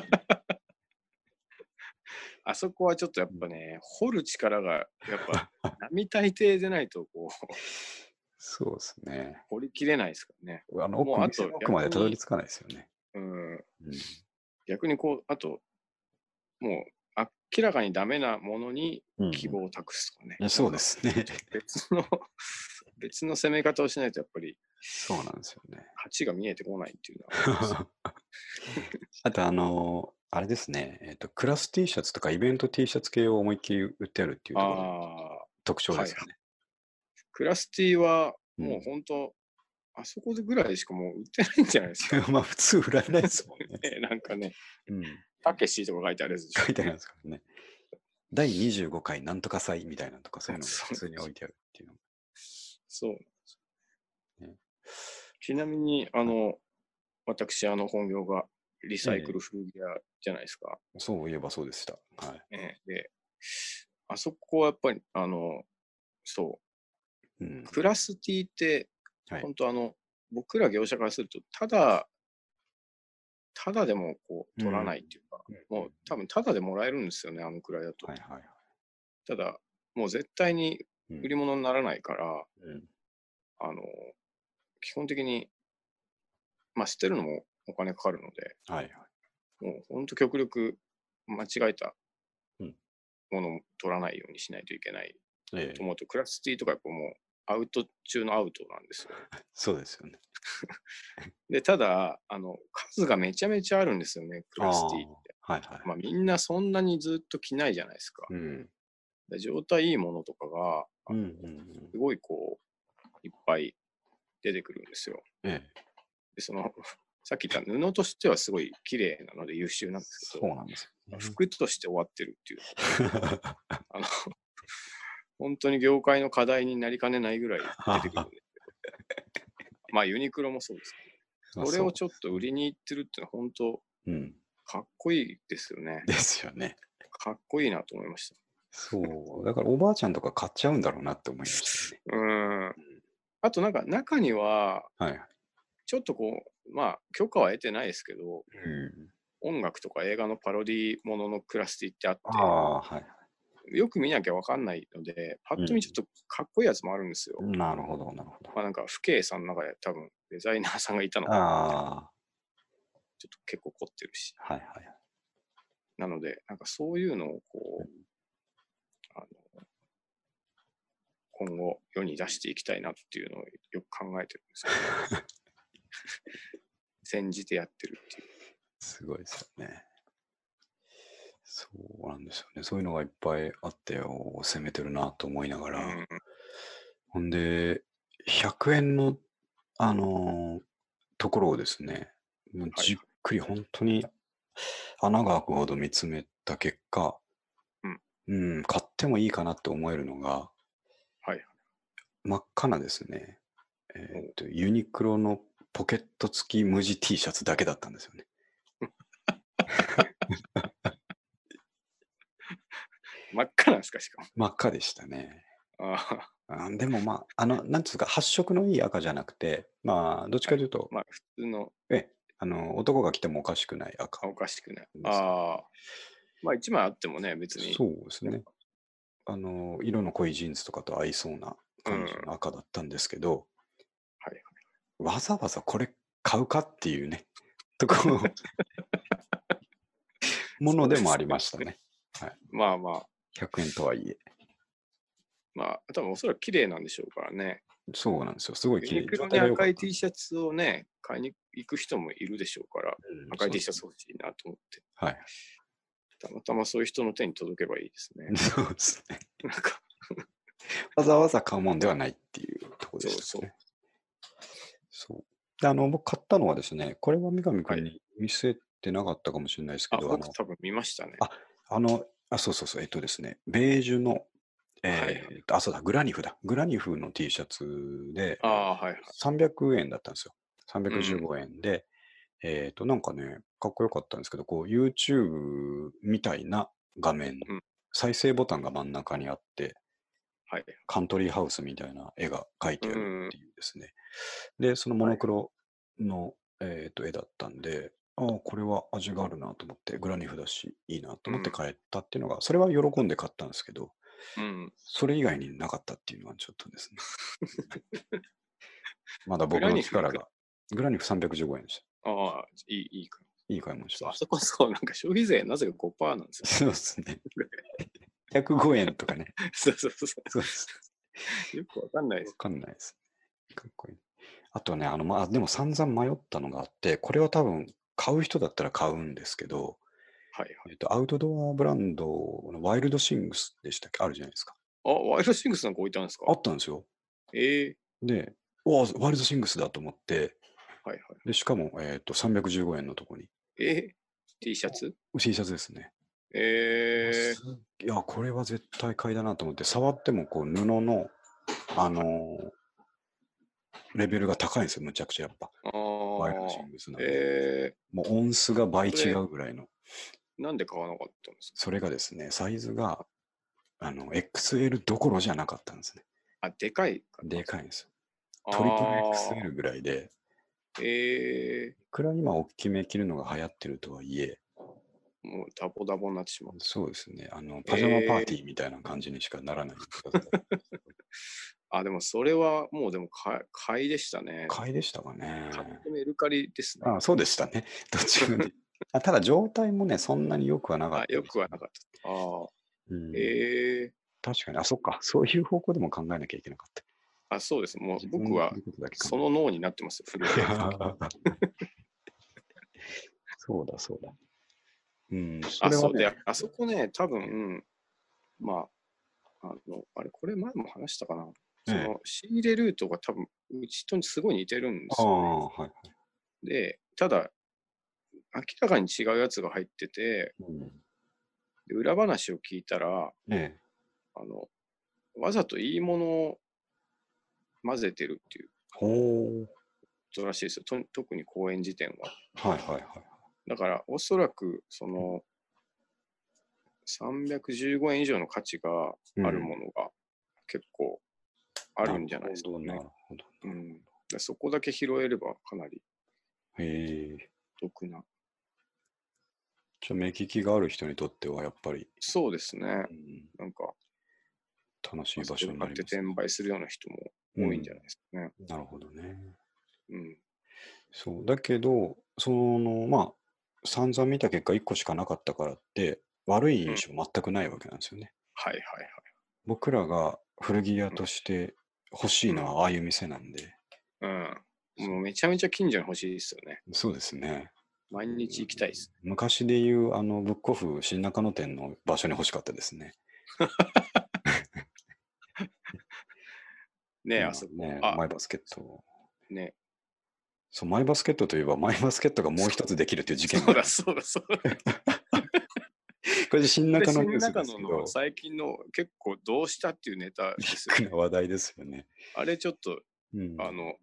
Speaker 2: あそこはちょっとやっぱね、掘る力が、やっぱ、 並大抵でないと、こう、
Speaker 1: そうですね。
Speaker 2: 掘りきれないですからね。
Speaker 1: あの
Speaker 2: もう
Speaker 1: 奥
Speaker 2: あと
Speaker 1: 店の奥
Speaker 2: 逆
Speaker 1: まで
Speaker 2: に
Speaker 1: たどり着かないですよね。
Speaker 2: うん。
Speaker 1: うん、
Speaker 2: 逆にこう、あと、もう、明らかにダメなものに
Speaker 1: うん
Speaker 2: 希望を託すとかね。
Speaker 1: いやそうで。す ね。
Speaker 2: 別の、別の攻め方をしないと、やっぱり、
Speaker 1: そうなんですよね。
Speaker 2: 鉢が見えてこないっていうのはあります
Speaker 1: あと、あのーあれですね、えっと、クラス T シャツとかイベント T シャツ系を思いっきり売ってあるっていうところが
Speaker 2: ああ。
Speaker 1: 特徴ですよね。
Speaker 2: クラスティは、
Speaker 1: うん
Speaker 2: もう本当、あそこぐらいしかもう売ってないんじゃないです か。
Speaker 1: まあ、普通売られないです もんね。
Speaker 2: ねなんかね、
Speaker 1: うん、
Speaker 2: たけしとか書いてあるやつでしょ
Speaker 1: 書いてありますからね。第25回なんとか祭みたいなのとか、そういうのが
Speaker 2: そう
Speaker 1: 普通に置いてあるっていうのが
Speaker 2: そうなんですよ
Speaker 1: ね
Speaker 2: ちなみに、あの、私、あの本業がリサイクル古着屋じゃないですか。
Speaker 1: そういえばそうでした。はい。
Speaker 2: ねで、あそこはやっぱり、あの、そうう、
Speaker 1: ん、
Speaker 2: クラスティって
Speaker 1: はい、
Speaker 2: 本当あの、僕ら業者からすると、ただ、ただでもこう取らないっていうか、
Speaker 1: うん
Speaker 2: もう多分ただでもらえるんですよね、あのくらいだと。
Speaker 1: はいはいはい
Speaker 2: ただ、もう絶対に
Speaker 1: うん
Speaker 2: 売り物にならないから、
Speaker 1: うん
Speaker 2: あの、基本的に、まあ捨てるのもお金かかるので、
Speaker 1: はいはい。
Speaker 2: もう本当極力間違えた
Speaker 1: うん
Speaker 2: ものを取らないようにしないといけない
Speaker 1: え
Speaker 2: と
Speaker 1: え、
Speaker 2: 思うと、クラスティとかやっぱもうアウト中のアウトなんですよ。
Speaker 1: そうですよね。
Speaker 2: で、ただ、あの、数がめちゃめちゃあるんですよね、クラスティって。
Speaker 1: あーはいはい。
Speaker 2: まあみんなそんなにずっと着ないじゃないですか。
Speaker 1: うん。
Speaker 2: で状態いいものとかが、
Speaker 1: うんうんうん。
Speaker 2: すごいこう、いっぱい出てくるんですよ。
Speaker 1: ええ、
Speaker 2: で、その、さっき言った布としてはすごい綺麗なので優秀なんですけ
Speaker 1: そう
Speaker 2: ど、
Speaker 1: なんですよね。
Speaker 2: 服として終わってるっていう、 あの、本当に業界の課題になりかねないぐらい出てく るんですけど、まあユニクロもそうですけど、それをちょっと売りに行ってるってのは本当、
Speaker 1: う。うん。
Speaker 2: かっこいいですよね。
Speaker 1: ですよね。
Speaker 2: かっこいいなと思いまし
Speaker 1: そう。だからおばあちゃんとか買っちゃうんだろうなって思いましたね。
Speaker 2: た。うん。あとなんか中には、
Speaker 1: はいはい。
Speaker 2: ちょっとこう、まあ許可は得てないですけど、
Speaker 1: うん、
Speaker 2: 音楽とか映画のパロディもののクラスティってあっ
Speaker 1: ああ、はい。
Speaker 2: て、よく見なきゃわかんないので、パッ
Speaker 1: う
Speaker 2: と
Speaker 1: ん
Speaker 2: 見ちょっとかっこいいやつもあるんですよ。
Speaker 1: なるほど、なるほど。
Speaker 2: まあなんか、父兄さんの中で多分デザイナーさんがいたのか
Speaker 1: あ
Speaker 2: なちょっと結構凝ってるし。
Speaker 1: あ、はいはい。
Speaker 2: なので、なんかそういうのをこう、あの、今後世に出していきたいなっていうのをよく考えてるんですけど、煎じてやってるっていう。
Speaker 1: すごいですよね。そうなんですよね。そういうのがいっぱいあってを攻めてるなと思いながら。
Speaker 2: うん
Speaker 1: ほんで、100円の、あのーところをですね、もう
Speaker 2: はい
Speaker 1: じっくり本当に穴が開くほど見つめた結果、
Speaker 2: うん
Speaker 1: うん買ってもいいかなって思えるのが、
Speaker 2: はい
Speaker 1: 真っ赤なですね、えーっと、ユニクロのポケット付き無地 T シャツだけだったんですよね。
Speaker 2: 真っ赤なんですか、しかも。
Speaker 1: 真っ赤でしたね。
Speaker 2: あ
Speaker 1: あでもまあ、あの、なんつうか、発色のいい赤じゃなくて、まあ、どっちかというと、
Speaker 2: ーまあ、普通の
Speaker 1: ええ、あの、男が着てもおかしくない赤。
Speaker 2: おかしくない
Speaker 1: そう。です
Speaker 2: ああ。まあ、一枚あってもね、別に。
Speaker 1: そうですね。あの、色の濃いジーンズとかと合いそうな感じ
Speaker 2: うん
Speaker 1: の赤だったんですけど、
Speaker 2: はいはい
Speaker 1: わざわざこれ買うかっていうね、 と こものでもありましたね。
Speaker 2: まあまあ、
Speaker 1: 100円とはいえ。
Speaker 2: まあ、多分おそらく綺麗なんでしょうからね。
Speaker 1: そうなんですよ。すごい
Speaker 2: ユ
Speaker 1: 綺麗
Speaker 2: ニクロ
Speaker 1: 状態
Speaker 2: に
Speaker 1: が良かっ
Speaker 2: 赤い
Speaker 1: た
Speaker 2: T シャツをね、買いに行く人もいるでしょうから、
Speaker 1: うん
Speaker 2: 赤い T シ
Speaker 1: そ
Speaker 2: ャ
Speaker 1: う
Speaker 2: ツ欲しいなと思って、
Speaker 1: はい。。
Speaker 2: たまたまそういう人の手に届けばいいですね
Speaker 1: そうですね。
Speaker 2: なんか、
Speaker 1: わざわざ買うもんではないっていうところでしたね。そう。で、あの、僕買ったのはですね、これは三上
Speaker 2: は
Speaker 1: 君
Speaker 2: い
Speaker 1: に見せてなかったかもしれないですけ
Speaker 2: あ、
Speaker 1: ど、 あ
Speaker 2: 僕
Speaker 1: の
Speaker 2: 多分見ましたね。
Speaker 1: ああの、あ、そうそうそう、えっとですね、ベージュの、えー
Speaker 2: はい
Speaker 1: えっとあ、そうだ、グラニフだ。グラニフの T シャツで、
Speaker 2: あーはいはい。
Speaker 1: 300円だったんですよ。315円で、えっと、なんかね、かっこよかったんですけど、こう、YouTube みたいな画面、
Speaker 2: うん
Speaker 1: 再生ボタンが真ん中にあって、
Speaker 2: はい。
Speaker 1: カントリーハウスみたいな絵が描いてあるっていうですね。で、そのモノクロの、えーと絵だったんで、ああ、これは味があるなと思って、グラニフだし、いいなと思って
Speaker 2: うん
Speaker 1: 買えたっていうのが、それは喜んで買ったんですけど、
Speaker 2: うん。
Speaker 1: それ以外になかったっていうのはちょっとですね。 まだ僕
Speaker 2: グラ
Speaker 1: の
Speaker 2: ニフ
Speaker 1: 力が、グラニフ315円でした。
Speaker 2: ああ、いい、いいか。
Speaker 1: いい買い物して
Speaker 2: あ
Speaker 1: まし
Speaker 2: そこそう、なんか消費税なぜか5%なんです
Speaker 1: た。そうです ね。105円とかね。
Speaker 2: よ。そうそうそ
Speaker 1: そうです。
Speaker 2: う。よくわかんないで
Speaker 1: わ
Speaker 2: す。
Speaker 1: かんないですね。かっこいい。あとね、あの、まあ、でも散々迷ったのがあって、これは多分買う人だったら買うんですけど、
Speaker 2: はい
Speaker 1: えっと、アウトドアブランドのワイルドシングスでしたっけあるじゃないですか。
Speaker 2: はい。あ、ワイルドシングスなんか置いたんですか
Speaker 1: あったんですよ。
Speaker 2: ええ
Speaker 1: で、うわワイルドシングスだと思って、
Speaker 2: はいはい。
Speaker 1: で、しかも、えっと、315円のとこに、
Speaker 2: ええ T シャツ
Speaker 1: T シャツですね。
Speaker 2: ええ
Speaker 1: すいや、これは絶対買いだなと思って、触ってもこう布の、あのーレベルが高いんですよ、むちゃくちゃやっぱ。
Speaker 2: あ
Speaker 1: ワイルドシ
Speaker 2: あ
Speaker 1: ン。グスなんで。
Speaker 2: え
Speaker 1: もう音数が倍
Speaker 2: そ
Speaker 1: 違
Speaker 2: れ
Speaker 1: うぐらいの、
Speaker 2: ー、なんで買わなかったんですか
Speaker 1: それがですね、サイズが、あの、XL どころじゃなかったんですね。
Speaker 2: あ、でかいか
Speaker 1: でかいんですよ。
Speaker 2: あ
Speaker 1: トリプ
Speaker 2: ー
Speaker 1: ル XL ぐらいで、
Speaker 2: え
Speaker 1: いくら今大きめ着るのが流行ってるとはいえ、
Speaker 2: ー、もうダボダボになってしまう。
Speaker 1: そうですね。あの、パジャマパーティーみたいな感じにしかならない。
Speaker 2: あ、でもそれはもうでも買い買いでしたね。
Speaker 1: 買いでしたかね。
Speaker 2: 買ってメルカリですね。
Speaker 1: あそうでしたね。 どっちかにあただ状態もね、そんなに良くはなかっ
Speaker 2: あ
Speaker 1: た、
Speaker 2: よくはなかった。ああ、
Speaker 1: うん
Speaker 2: ええ
Speaker 1: 確かに、あ、そっか。そういう方向でも考えなきゃいけなかった。
Speaker 2: あ、そうです。もう僕は
Speaker 1: 自分のことだけ考え
Speaker 2: その脳になってますよ、古いやつ
Speaker 1: そうだ、そうだ。うん、そ
Speaker 2: あ、
Speaker 1: れ
Speaker 2: そ
Speaker 1: は
Speaker 2: うで
Speaker 1: ね、、
Speaker 2: あそこね、多分、まあ、あの、あれ、これ前も話したかな。そ
Speaker 1: ええ
Speaker 2: の仕入れルートが多分、うちとすごい似てるんです
Speaker 1: あ
Speaker 2: よ、
Speaker 1: あ、はい。
Speaker 2: ね。で、ただ、明らかに違うやつが入ってて、
Speaker 1: うん
Speaker 2: で裏話を聞いたら、
Speaker 1: ええ
Speaker 2: あの、わざといいものを混ぜてるっていう
Speaker 1: ほう。
Speaker 2: ことらしいですよ。と特に公演時点は。
Speaker 1: はいはいはい。
Speaker 2: だから、おそらく、その、315円以上の価値があるものが結構あるんじゃないですか
Speaker 1: な
Speaker 2: ね
Speaker 1: る。ほど。
Speaker 2: うん、だからそこだけ拾えればかなり
Speaker 1: へえ。
Speaker 2: お得な。
Speaker 1: じゃあ、目利きがある人にとっては、やっぱり、
Speaker 2: そうですね
Speaker 1: う。ん
Speaker 2: なんか、
Speaker 1: 楽しい場所にな
Speaker 2: 買っ
Speaker 1: り
Speaker 2: て
Speaker 1: ますね。
Speaker 2: 転売するような人も多いんじゃないですかね。
Speaker 1: うんなるほどね。
Speaker 2: うん。
Speaker 1: そう。だけど、その、まあ、散々見た結果、1個しかなかったからって、悪い印象全くないわけなんですよね。
Speaker 2: はいはい
Speaker 1: 僕らが古着屋として欲しいのはああいう店なんで、
Speaker 2: はい。うん。もうめちゃめちゃ近所に欲しいですよね。
Speaker 1: そうですね。
Speaker 2: 毎日行きたいです。
Speaker 1: 昔で言う、あの、ブックオフ新中野店の場所に欲しかったですね。
Speaker 2: ねえ、
Speaker 1: 今
Speaker 2: あそこ。
Speaker 1: ね、
Speaker 2: あ
Speaker 1: マイバスケット。
Speaker 2: ね
Speaker 1: そう、マイバスケットといえば、マイバスケットがもう一つできるという事件
Speaker 2: そう
Speaker 1: が、
Speaker 2: だそうだそうだ。
Speaker 1: これ新
Speaker 2: で
Speaker 1: 中野
Speaker 2: そ
Speaker 1: ニュ
Speaker 2: の
Speaker 1: ース
Speaker 2: 中
Speaker 1: です
Speaker 2: 野
Speaker 1: けど
Speaker 2: の、最近の結構どうしたっていうネタで
Speaker 1: ビ
Speaker 2: すよ ね
Speaker 1: ッグな話題ですよね。
Speaker 2: あれちょっと、
Speaker 1: うん、
Speaker 2: あの、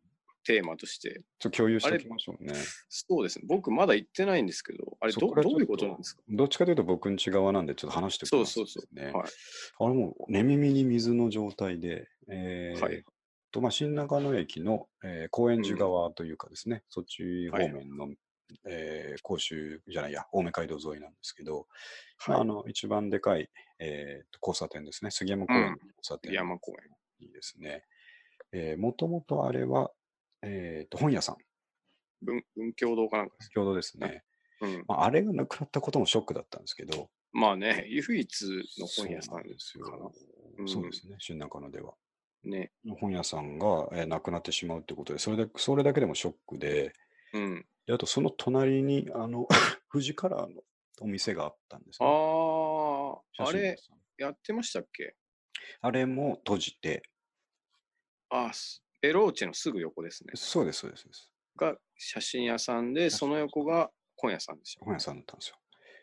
Speaker 2: テーマとして。
Speaker 1: ちょっと共有しておきましょうね。
Speaker 2: そうですね。僕まだ行ってないんですけど、あれ
Speaker 1: そ
Speaker 2: ど
Speaker 1: こからちょ
Speaker 2: ど
Speaker 1: っと
Speaker 2: ういうことなんですか
Speaker 1: どっちかというと僕んち側なんで、ちょっと話しておきます、
Speaker 2: そう
Speaker 1: ね。
Speaker 2: そう
Speaker 1: う
Speaker 2: はい。
Speaker 1: あれもう寝耳に水の状態で、えー
Speaker 2: はい
Speaker 1: とまあ、新中野駅の、えー高円寺側というかですね、そっち方面の、えー甲州じゃないや、青梅街道沿いなんですけど、まあ、あ
Speaker 2: はい。
Speaker 1: の一番でかい、えーと交差点ですね、杉山公園の交差点
Speaker 2: 山公園。
Speaker 1: にですね、えーもともとあれは、えーと本屋さん、
Speaker 2: 文文教堂かなんかです。
Speaker 1: 先ほどですね、
Speaker 2: うん。
Speaker 1: まあ、あれがなくなったこともショックだったんですけど、
Speaker 2: まあね、唯一の本屋さ
Speaker 1: そうなんんです
Speaker 2: かな
Speaker 1: よ、
Speaker 2: うん
Speaker 1: そうですね、新中野では。
Speaker 2: ね。
Speaker 1: 本屋さんが、えーなくなってしまうってことでそれだ、それだけでもショックで、
Speaker 2: うん。
Speaker 1: であとその隣に、あの、 富士カラーのお店があったんですね、
Speaker 2: ああ、
Speaker 1: 写
Speaker 2: あ
Speaker 1: 真
Speaker 2: れ
Speaker 1: 屋さん
Speaker 2: やってましたっけ
Speaker 1: あれも閉じて、
Speaker 2: あすベローチェのすぐ横ですね。
Speaker 1: そうです、そうです。そうです
Speaker 2: が写真屋さんで、その横が本屋さんでした。
Speaker 1: 本屋さんだったんです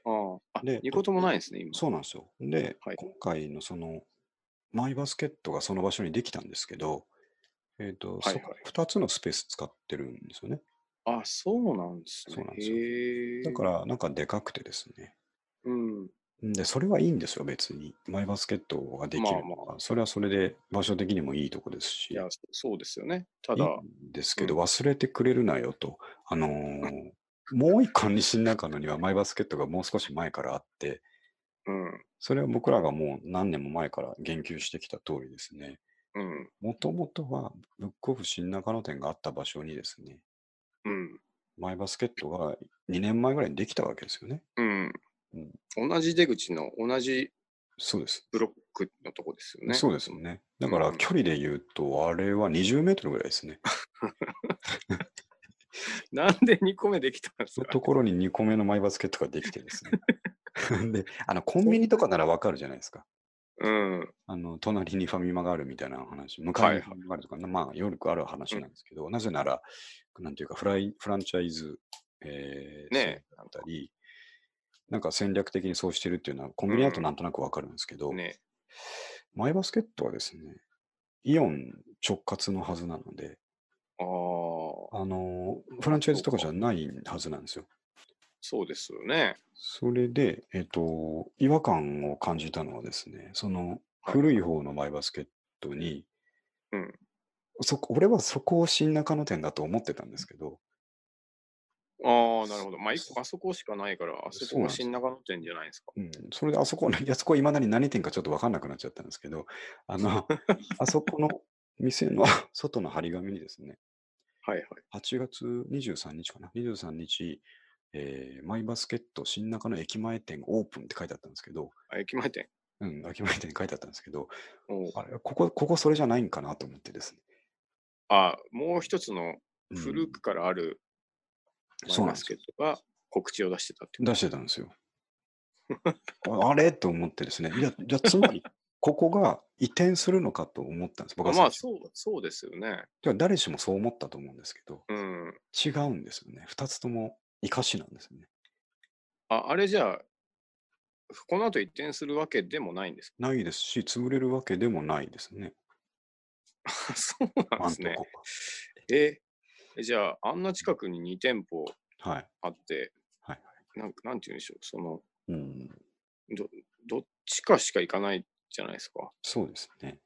Speaker 1: よ。
Speaker 2: ああ、あ
Speaker 1: で
Speaker 2: 二個ともないんですね、今。
Speaker 1: そうなんですよ。で、
Speaker 2: はい
Speaker 1: 今回のその、マイバスケットがその場所にできたんですけど、えっ、と、
Speaker 2: はいはい
Speaker 1: 2つのスペース使ってるんですよね。
Speaker 2: あ、そうなんですね。
Speaker 1: そうなんですよ
Speaker 2: へえ。
Speaker 1: だか、ら、なんかでかくてですね。
Speaker 2: うん。
Speaker 1: で、それはいいんですよ、別に。マイバスケットができるのは、
Speaker 2: まあ
Speaker 1: それはそれで場所的にもいいとこですし、
Speaker 2: いや、そそうですよね。た
Speaker 1: い
Speaker 2: だ、
Speaker 1: いんですけど、忘れてくれるなよと。あのーもう一個西中野にはマイバスケットがもう少し前からあって、
Speaker 2: うん、
Speaker 1: それは僕らがもう何年も前から言及してきた通りですね。
Speaker 2: うん、
Speaker 1: もともとは、ブックオフ新中野店があった場所にですね、
Speaker 2: うん、
Speaker 1: マイバスケットが2年前ぐらいにできたわけですよね。
Speaker 2: うん。同じ出口の同じ
Speaker 1: そうです。
Speaker 2: ブロックのとこですよね。
Speaker 1: そうですよね。だか
Speaker 2: う
Speaker 1: ら
Speaker 2: ん
Speaker 1: 距離で言うと、あれは20メートルぐらいですね。
Speaker 2: なんで2個目できたんです
Speaker 1: の
Speaker 2: か
Speaker 1: ところに2個目のマイバスケットができてですね。 で、あの、コンビニとかならわかるじゃないですか。
Speaker 2: うん、
Speaker 1: あの、隣にファミマがあるみたいな話、向かい
Speaker 2: はい
Speaker 1: に
Speaker 2: はい
Speaker 1: ファミマがあるとか、まあ、よくある話なんですけど、なぜなら、なんていうか、フライフランチャイズ、えー、
Speaker 2: ね
Speaker 1: 制度だったり、なんか戦略的にそうしてるっていうのは、コンビニだと
Speaker 2: うん
Speaker 1: なんとなくわかるんですけど、
Speaker 2: ね。
Speaker 1: マイバスケットはですね、イオン直轄のはずなので、
Speaker 2: ああ、
Speaker 1: あのフランチャイズとかじゃないはずなんですよ。
Speaker 2: そうですよね。
Speaker 1: それで、えっ、と、違和感を感じたのはですね、その
Speaker 2: はい
Speaker 1: 古い方のマイバスケットに、
Speaker 2: うん
Speaker 1: そこ俺はそこを新中野店だと思ってたんですけど、
Speaker 2: ああ、なるほど。まあ、一個あそこしかないから、あそ
Speaker 1: そうなん
Speaker 2: こが
Speaker 1: です
Speaker 2: 新中野店じゃないですか。
Speaker 1: うん、それであそこ、 あそこいまだに何店かちょっと分かんなくなっちゃったんですけど、あ の、あそこの店の 外の張り紙にですね、
Speaker 2: はいはい。
Speaker 1: 8月23日かな、23日、えーマイバスケット新中野駅前店オープンって書いてあったんですけど、
Speaker 2: あ、駅前店。
Speaker 1: うん、駅前店に書いてあったんですけど、
Speaker 2: おう
Speaker 1: あれ、ここ、ここそれじゃないんかなと思ってですね。
Speaker 2: あ、もう一つの
Speaker 1: うん
Speaker 2: 古くからある
Speaker 1: そうなん
Speaker 2: バ
Speaker 1: です
Speaker 2: スケットが告知を出してたってこと。
Speaker 1: 出してたんですよ。 ああれと思ってですね、いや、じゃあつま り、ここが移転するのかと思ったんです、僕は
Speaker 2: ま
Speaker 1: 最
Speaker 2: あ
Speaker 1: 初
Speaker 2: そう、そうですよね。
Speaker 1: てか誰しもそう思ったと思うんですけど、
Speaker 2: うん。
Speaker 1: 違うんですよね。二つとも生かしなんですよね。
Speaker 2: あ、あれじゃあ、この後移転するわけでもないんです
Speaker 1: ないですし、潰れるわけでもないですね。
Speaker 2: か そうなんですね
Speaker 1: あんと。
Speaker 2: え、えじゃあ、あんな近くに2店舗
Speaker 1: こはい。
Speaker 2: あって、
Speaker 1: はい
Speaker 2: なんなんて言うんでしょう、その、
Speaker 1: うん。
Speaker 2: どっちかしか行かないじゃないですか。
Speaker 1: そうですね。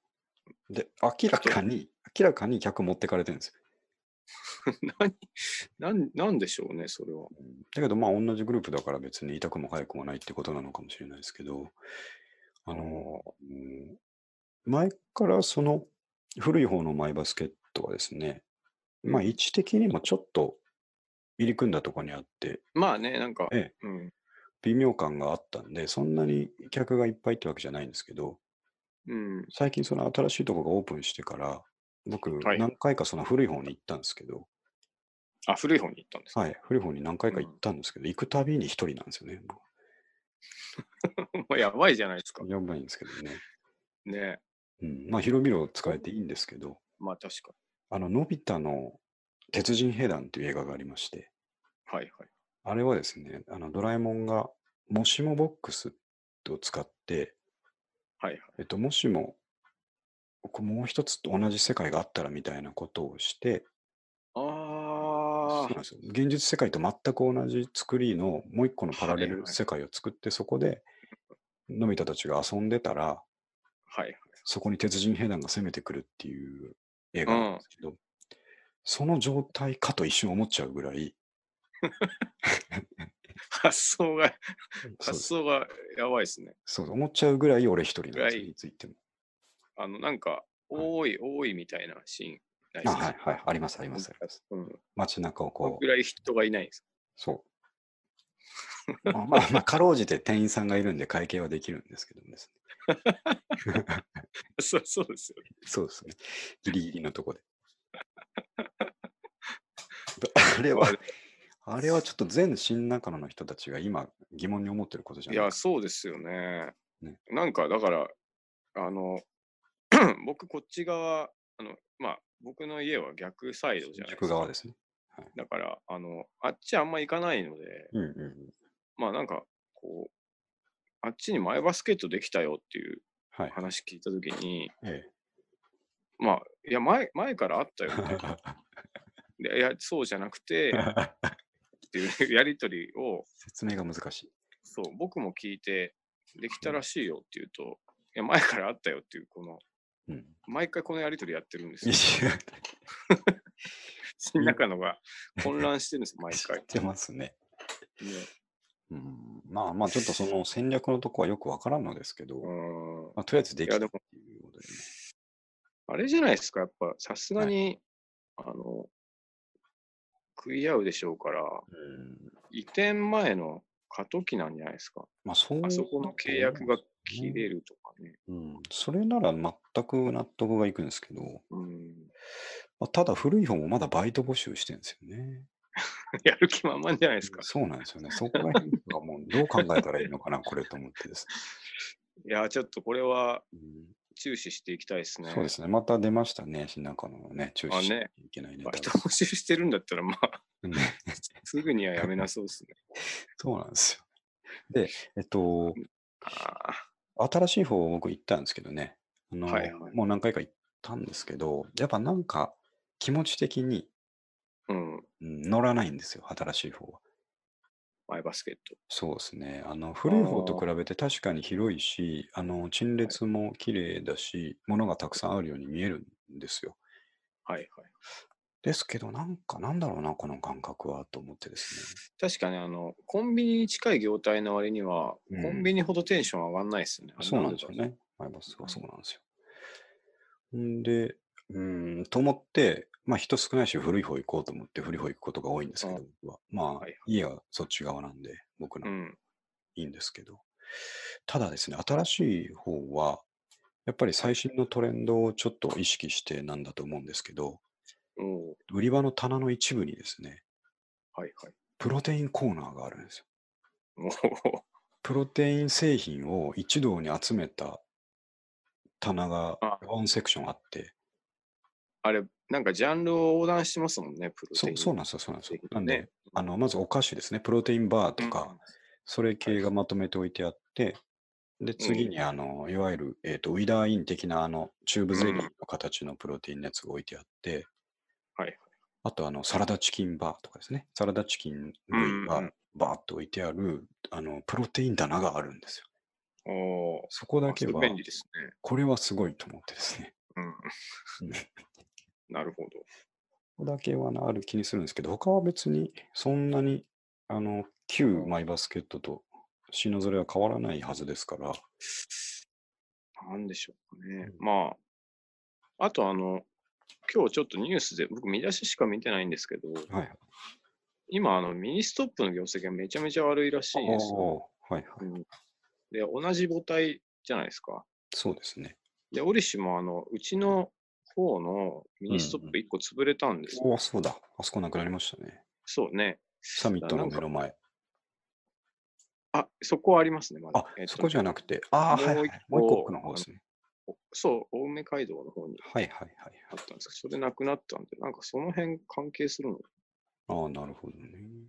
Speaker 1: で、明らかに、明らかに客持ってかれてるんですよ。
Speaker 2: 何なんなんでしょうね、それは。
Speaker 1: うんだけど、まあ、同じグループだから別に痛くも痒くもないってことなのかもしれないですけど、あの、うん前からその古い方のマイバスケットはですね、まあ、位置的にもちょっと入り組んだところにあって、
Speaker 2: まあね、なんか、
Speaker 1: ええ
Speaker 2: うん
Speaker 1: 微妙感があったんで、そんなに客がいっぱいってわけじゃないんですけど、
Speaker 2: うん、
Speaker 1: 最近その新しいとこがオープンしてから、僕、
Speaker 2: はい
Speaker 1: 何回かその古い方に行ったんですけど、
Speaker 2: あ、古い方に行ったんですか。
Speaker 1: はい、古い方に何回か行ったんですけど、行くたびに一人なんですよね。
Speaker 2: もう やばいじゃないですか。
Speaker 1: やばいんですけどね。
Speaker 2: ね
Speaker 1: うん、まあ、広々使えていいんですけど、
Speaker 2: まあ確か
Speaker 1: あの、のび太の鉄人兵団っていう映画がありまして、
Speaker 2: に。はいはい。
Speaker 1: あれはですね、あのドラえもんが、もしもボックスを使って、
Speaker 2: はいはい。
Speaker 1: えっと、もしも、こうもう一つと同じ世界があったらみたいなことをして、そう
Speaker 2: あ
Speaker 1: なんですよ現実世界と全く同じ作りのもう一個のパラレ
Speaker 2: はい
Speaker 1: ル
Speaker 2: はい
Speaker 1: 世界を作って、そこでのび太たちが遊んでたら、
Speaker 2: あ、はい
Speaker 1: そこに鉄人兵団が攻めてくるっていう映画なんですけど、その状態かと一瞬思っちゃうぐらい、
Speaker 2: 発想が、
Speaker 1: そう
Speaker 2: 発想がやばいですね。
Speaker 1: そう思っちゃうぐらい俺一人なんです
Speaker 2: ぐら
Speaker 1: よ
Speaker 2: い
Speaker 1: いつ行っても。
Speaker 2: あの、なんか、多い、多いみたいなシーンない
Speaker 1: あ
Speaker 2: ですか。
Speaker 1: はいはい、ありますありますあります。
Speaker 2: うん。
Speaker 1: 街中を
Speaker 2: こ
Speaker 1: こ
Speaker 2: れぐらい人がいないです。
Speaker 1: う、そう。まあまあ、まあ、かろうじて店員さんがいるんで会計はできるんですけどですね。
Speaker 2: そうそうですよね。
Speaker 1: そうですね。ギリギリのとこ で。あれは、あれはちょっと全新中野の人たちが今疑問に思ってることじゃ
Speaker 2: い
Speaker 1: ない
Speaker 2: や、そうですよね。
Speaker 1: ね
Speaker 2: なんか、だから、あの、 僕、こっち側、あの、まあ、僕の家は逆サイドじゃないです
Speaker 1: 塾
Speaker 2: か。
Speaker 1: 側ですね。
Speaker 2: だから、あの、あっちあんま行かないので、
Speaker 1: うんうんうん。
Speaker 2: まあ、なんか、こう、あっちに前バスケットできたよっていう
Speaker 1: はい。
Speaker 2: 話聞いたときに、
Speaker 1: え
Speaker 2: まあ、いや、前、前からあったよ
Speaker 1: え
Speaker 2: みたいな。 でいや、そうじゃなくて、っていう やりとりを、
Speaker 1: 説明が難しい。
Speaker 2: そう、僕も聞いて、できたらしいよっていうと、いや、前からあったよっていう、この、
Speaker 1: うん。
Speaker 2: 毎回このやりとりやってるんです
Speaker 1: い
Speaker 2: よ
Speaker 1: や。
Speaker 2: 新 中野が混乱してるんですよ、毎
Speaker 1: 知っ
Speaker 2: 回。
Speaker 1: てますね。
Speaker 2: ね
Speaker 1: うん、まあまあ、ちょっとその戦略のとこはよくわからんのですけど、
Speaker 2: う
Speaker 1: ま
Speaker 2: ん
Speaker 1: あ、とりあえずで
Speaker 2: い
Speaker 1: きた
Speaker 2: や
Speaker 1: って
Speaker 2: で
Speaker 1: い
Speaker 2: も
Speaker 1: うことでね。
Speaker 2: あれじゃないですか、やっぱさすがに、あの、食い合うでしょうから、
Speaker 1: うん、
Speaker 2: 移転前の過渡期なんじゃないですか。
Speaker 1: まあ、そう
Speaker 2: あそこの契約が切れるとかね。
Speaker 1: うん、それなら全く納得がいくんですけど、
Speaker 2: うん、
Speaker 1: まあ、ただ古い方もまだバイト募集してるんですよね。
Speaker 2: やる気満々じゃないですか。
Speaker 1: そうなんですよね。そこら辺がもうどう考えたらいいのかな、これと思ってです
Speaker 2: いや、ちょっとこれは
Speaker 1: ね、
Speaker 2: 注視していきたいです
Speaker 1: うん
Speaker 2: ね。
Speaker 1: そうですね。また出ましたね。新中野のね、中止
Speaker 2: あ
Speaker 1: しな
Speaker 2: ね
Speaker 1: きゃいけないネタ
Speaker 2: バイ
Speaker 1: で
Speaker 2: ト
Speaker 1: す
Speaker 2: 募集してるんだったら、まあ、
Speaker 1: うん
Speaker 2: すぐにはやめなそうですね。
Speaker 1: そうなんですよ。 で、えっと、
Speaker 2: あ
Speaker 1: 新しい方を僕行ったんですけどね、あの
Speaker 2: はいはい
Speaker 1: もう何回か行ったんですけど、やっぱなんか気持ち的に
Speaker 2: ーうん、
Speaker 1: うん乗らないんですよ、新しい方は。
Speaker 2: マイバスケット。
Speaker 1: そうですね。あの古い方と比べて確かに広いし、あの陳列も綺麗だし、物がたくさんあるように見えるんですよ。
Speaker 2: はいはい。
Speaker 1: ですけど、なんか、なんだろうな、この感覚はと思ってです
Speaker 2: 確かにあの、コンビニに近い業態の割には、
Speaker 1: うん
Speaker 2: コンビニほどテンション上がんないですよね。
Speaker 1: ね。そうなんですよね。マイバスはそうなんですよ。んで、うーん、と思って、まあ人少ないし古い方行こうと思って古い方行くことが多いんですけ
Speaker 2: う
Speaker 1: ど、僕はまあ、
Speaker 2: はいはい
Speaker 1: 家はそっち側なんで、僕
Speaker 2: う
Speaker 1: の
Speaker 2: ん。
Speaker 1: いいんですけど、ただですね、新しい方は、やっぱり最新のトレンドをちょっと意識してなんだと思うんですけど、
Speaker 2: おー
Speaker 1: 売り場の棚の一部にですね、
Speaker 2: はいはい。
Speaker 1: プロテインコーナーがあるんですよ。
Speaker 2: おー
Speaker 1: プロテイン製品を一堂に集めた棚が
Speaker 2: あ
Speaker 1: ワンセクションあって、
Speaker 2: あれ、なんかジャンルを横断してますもんね、プロテ
Speaker 1: そ
Speaker 2: イン。
Speaker 1: うそうなんですよ、そうなんですよ。なんで、
Speaker 2: ね
Speaker 1: あのまずお菓子ですね、プロテインバーとか、それ系がまとめておいてあって、で、次に、あの、いわゆる、えっ、と、ウィダーイン的な、あの、チューブゼリーの形のプロテインのやつが置いてあって、
Speaker 2: うんはい。
Speaker 1: あと、あの、サラダチキンバーとかですね、サラダチキン類
Speaker 2: うんうんう
Speaker 1: が
Speaker 2: ん
Speaker 1: バーっと置いてある、あの、プロテイン棚があるんですよ。
Speaker 2: おー
Speaker 1: そこだ
Speaker 2: あそ
Speaker 1: け
Speaker 2: れ
Speaker 1: は、
Speaker 2: 便利ですね。
Speaker 1: これはすごいと思ってですね。
Speaker 2: うん
Speaker 1: うん。
Speaker 2: なるほど。
Speaker 1: ここだけはなある気にするんですけど、他は別にそんなに、あの、旧マイバスケットと品ぞれは変わらないはずですから、
Speaker 2: なんでしょうかね。
Speaker 1: う
Speaker 2: まあ、あとあの、今日ちょっとニュースで、僕見出ししか見てないんですけど、
Speaker 1: はい。
Speaker 2: 今あの、ミニストップの業績がめちゃめちゃ悪いらしいんですよ。
Speaker 1: おーはいはい。
Speaker 2: うんで、同じ母体じゃないですか。
Speaker 1: そうですね。
Speaker 2: で、折しもあの、うちの方のミニストッ
Speaker 1: うん
Speaker 2: プ1個潰れたんですよ。
Speaker 1: おお、そうだ。あそこなくなりましたね。
Speaker 2: そうね。
Speaker 1: サミットの目の前。
Speaker 2: あ、そこはありますね、まだ。
Speaker 1: あ、
Speaker 2: えっと
Speaker 1: そこじゃなくて、ああ、はい、
Speaker 2: も
Speaker 1: は
Speaker 2: う
Speaker 1: い
Speaker 2: 一。個
Speaker 1: もう一個奥の方ですね。
Speaker 2: そう、青梅街道の方に
Speaker 1: はいはいはい
Speaker 2: あったんですけど、それなくなったんで、なんかその辺関係するの
Speaker 1: はい。ああ、なるほどね。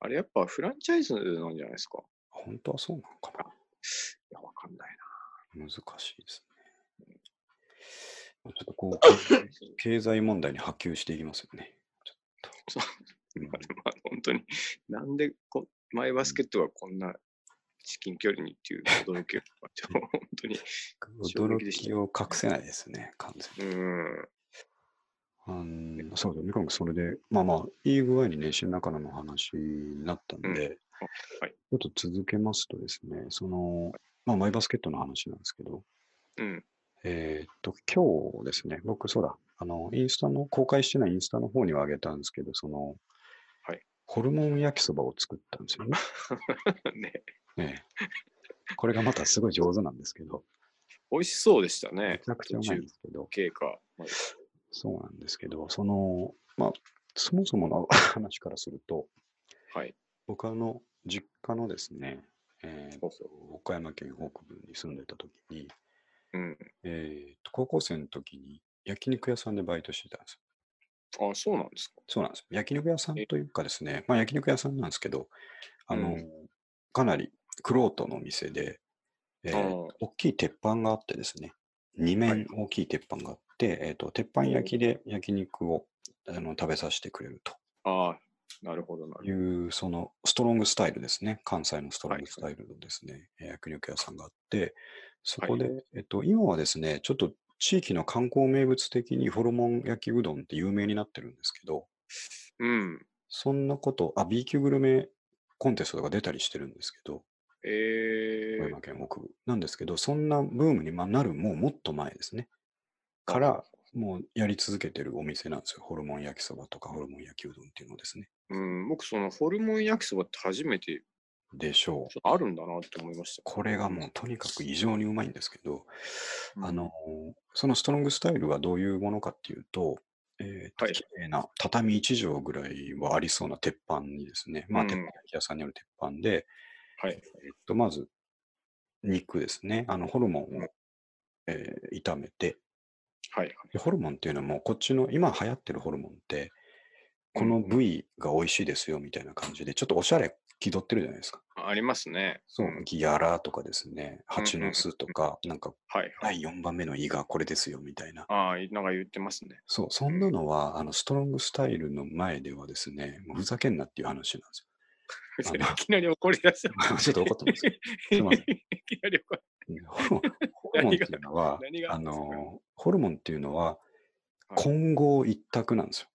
Speaker 2: あれやっぱフランチャイズなんじゃないですか
Speaker 1: 本当はそうなのかな。
Speaker 2: いや、わかんない
Speaker 1: 難しいですね。ちょっとこう、
Speaker 2: な。
Speaker 1: 経済問題に波及していきますよね。ちょっと
Speaker 2: そう
Speaker 1: うん
Speaker 2: まあ、でも本当に、なんでこ、マイバスケットがこんな至近距離にっていう驚きを、ちょっと本当に、衝
Speaker 1: 驚
Speaker 2: 撃でした
Speaker 1: きを隠せないですね、完全に。
Speaker 2: うーん、
Speaker 1: うん、そうだね、今回それで、まあまあ、いい具合にね、新中野の話になったんで、
Speaker 2: うん
Speaker 1: ち
Speaker 2: はい
Speaker 1: ょっと続けますとですね、その、まあ、マイバスケットの話なんですけど、
Speaker 2: うん、
Speaker 1: えーっと、今日ですね、僕、そうだ、あの、インスタの、公開してないインスタの方にはあげたんですけど、その、
Speaker 2: はい
Speaker 1: ホルモン焼きそばを作ったんですよ ね。
Speaker 2: ね。
Speaker 1: ええこれがまたすごい上手なんですけど、
Speaker 2: 美味しそうでした
Speaker 1: め
Speaker 2: ね
Speaker 1: ち。ゃくちゃうまいんですけど、
Speaker 2: 経過。はい
Speaker 1: そうなんですけど、その、まあ、そもそもの 話からすると、
Speaker 2: はい。
Speaker 1: 僕あの、実家のですね、えー
Speaker 2: ほう
Speaker 1: と岡山県北部に住んでた時に、
Speaker 2: うん。
Speaker 1: えーと高校生の時に焼肉屋さんでバイトしてたんですよ。
Speaker 2: あ、そうなんですか。
Speaker 1: そうなんですよ。焼肉屋さんというかですね、まあ焼肉屋さんなんですけど、あの、
Speaker 2: う
Speaker 1: かなりクロートの店で、えー
Speaker 2: ああ
Speaker 1: 大きい鉄板があってですね、2面大きい鉄板があって、えーと鉄板焼きで焼肉をあの食べさせてくれると。
Speaker 2: ああ、なるほど、なる
Speaker 1: いう、そのストロングスタイルですね。関西のストロン
Speaker 2: はい
Speaker 1: グスタイルのですね、えー焼肉屋さんがあって、そこで、えっと、今はですね、ちょっと地域の観光名物的にホルモン焼きうどんって有名になってるんですけど、
Speaker 2: ほど。うん。
Speaker 1: そんなこと、あ、B 級グルメコンテストとか出たりしてるんですけど、
Speaker 2: え
Speaker 1: 富
Speaker 2: ー
Speaker 1: 山、県北部なんですけど、そんなブームにまあなるもうもっと前ですね。から、もうやり続けてるお店なんですよ。ホルモン焼きそばとかホルモン焼きうどんっていうのですね。
Speaker 2: うん、僕、そのホルモン焼きそばって初めて
Speaker 1: でしょう。
Speaker 2: ちょっとあるんだなって思いました。
Speaker 1: これがもうとにかく異常にうまいんですけど、
Speaker 2: うん
Speaker 1: あの、そのストロングスタイルはどういうものかっていうと、えーと
Speaker 2: はい
Speaker 1: 綺麗な畳1畳ぐらいはありそうな鉄板にですね、まあ、
Speaker 2: うん
Speaker 1: 鉄板焼き屋さんにある鉄板で、
Speaker 2: はい。
Speaker 1: えっと、まず、肉ですね、あの、ホルモン
Speaker 2: うん
Speaker 1: を、えー炒めて
Speaker 2: はい。はい
Speaker 1: でホルモンっていうのはもうこっちの、今流行ってるホルモンって、この部位が美味しいですよみたいな感じで、ちょっとおしゃれ気取ってるじゃないですか。
Speaker 2: ありますね。
Speaker 1: そ
Speaker 2: ん
Speaker 1: う、ギアラとかですね、蜂の巣とか、なんか
Speaker 2: はい。はい。
Speaker 1: 第4番目の胃がこれですよみたいな。
Speaker 2: ああ、なんか言ってますね。
Speaker 1: そう、そんなのは、あの、ストロングスタイルの前ではですね、もうふざけんなっていう話なんです
Speaker 2: い
Speaker 1: あの
Speaker 2: きなり怒り出した。
Speaker 1: よ。 ちょっと怒ってますけすいません
Speaker 2: いきなり怒り
Speaker 1: ど。うんホルホルモンっていうのは
Speaker 2: 何、
Speaker 1: あ
Speaker 2: が何がですか
Speaker 1: の、ホルモンっていうのは、
Speaker 2: はい
Speaker 1: 混合一択なんですよ。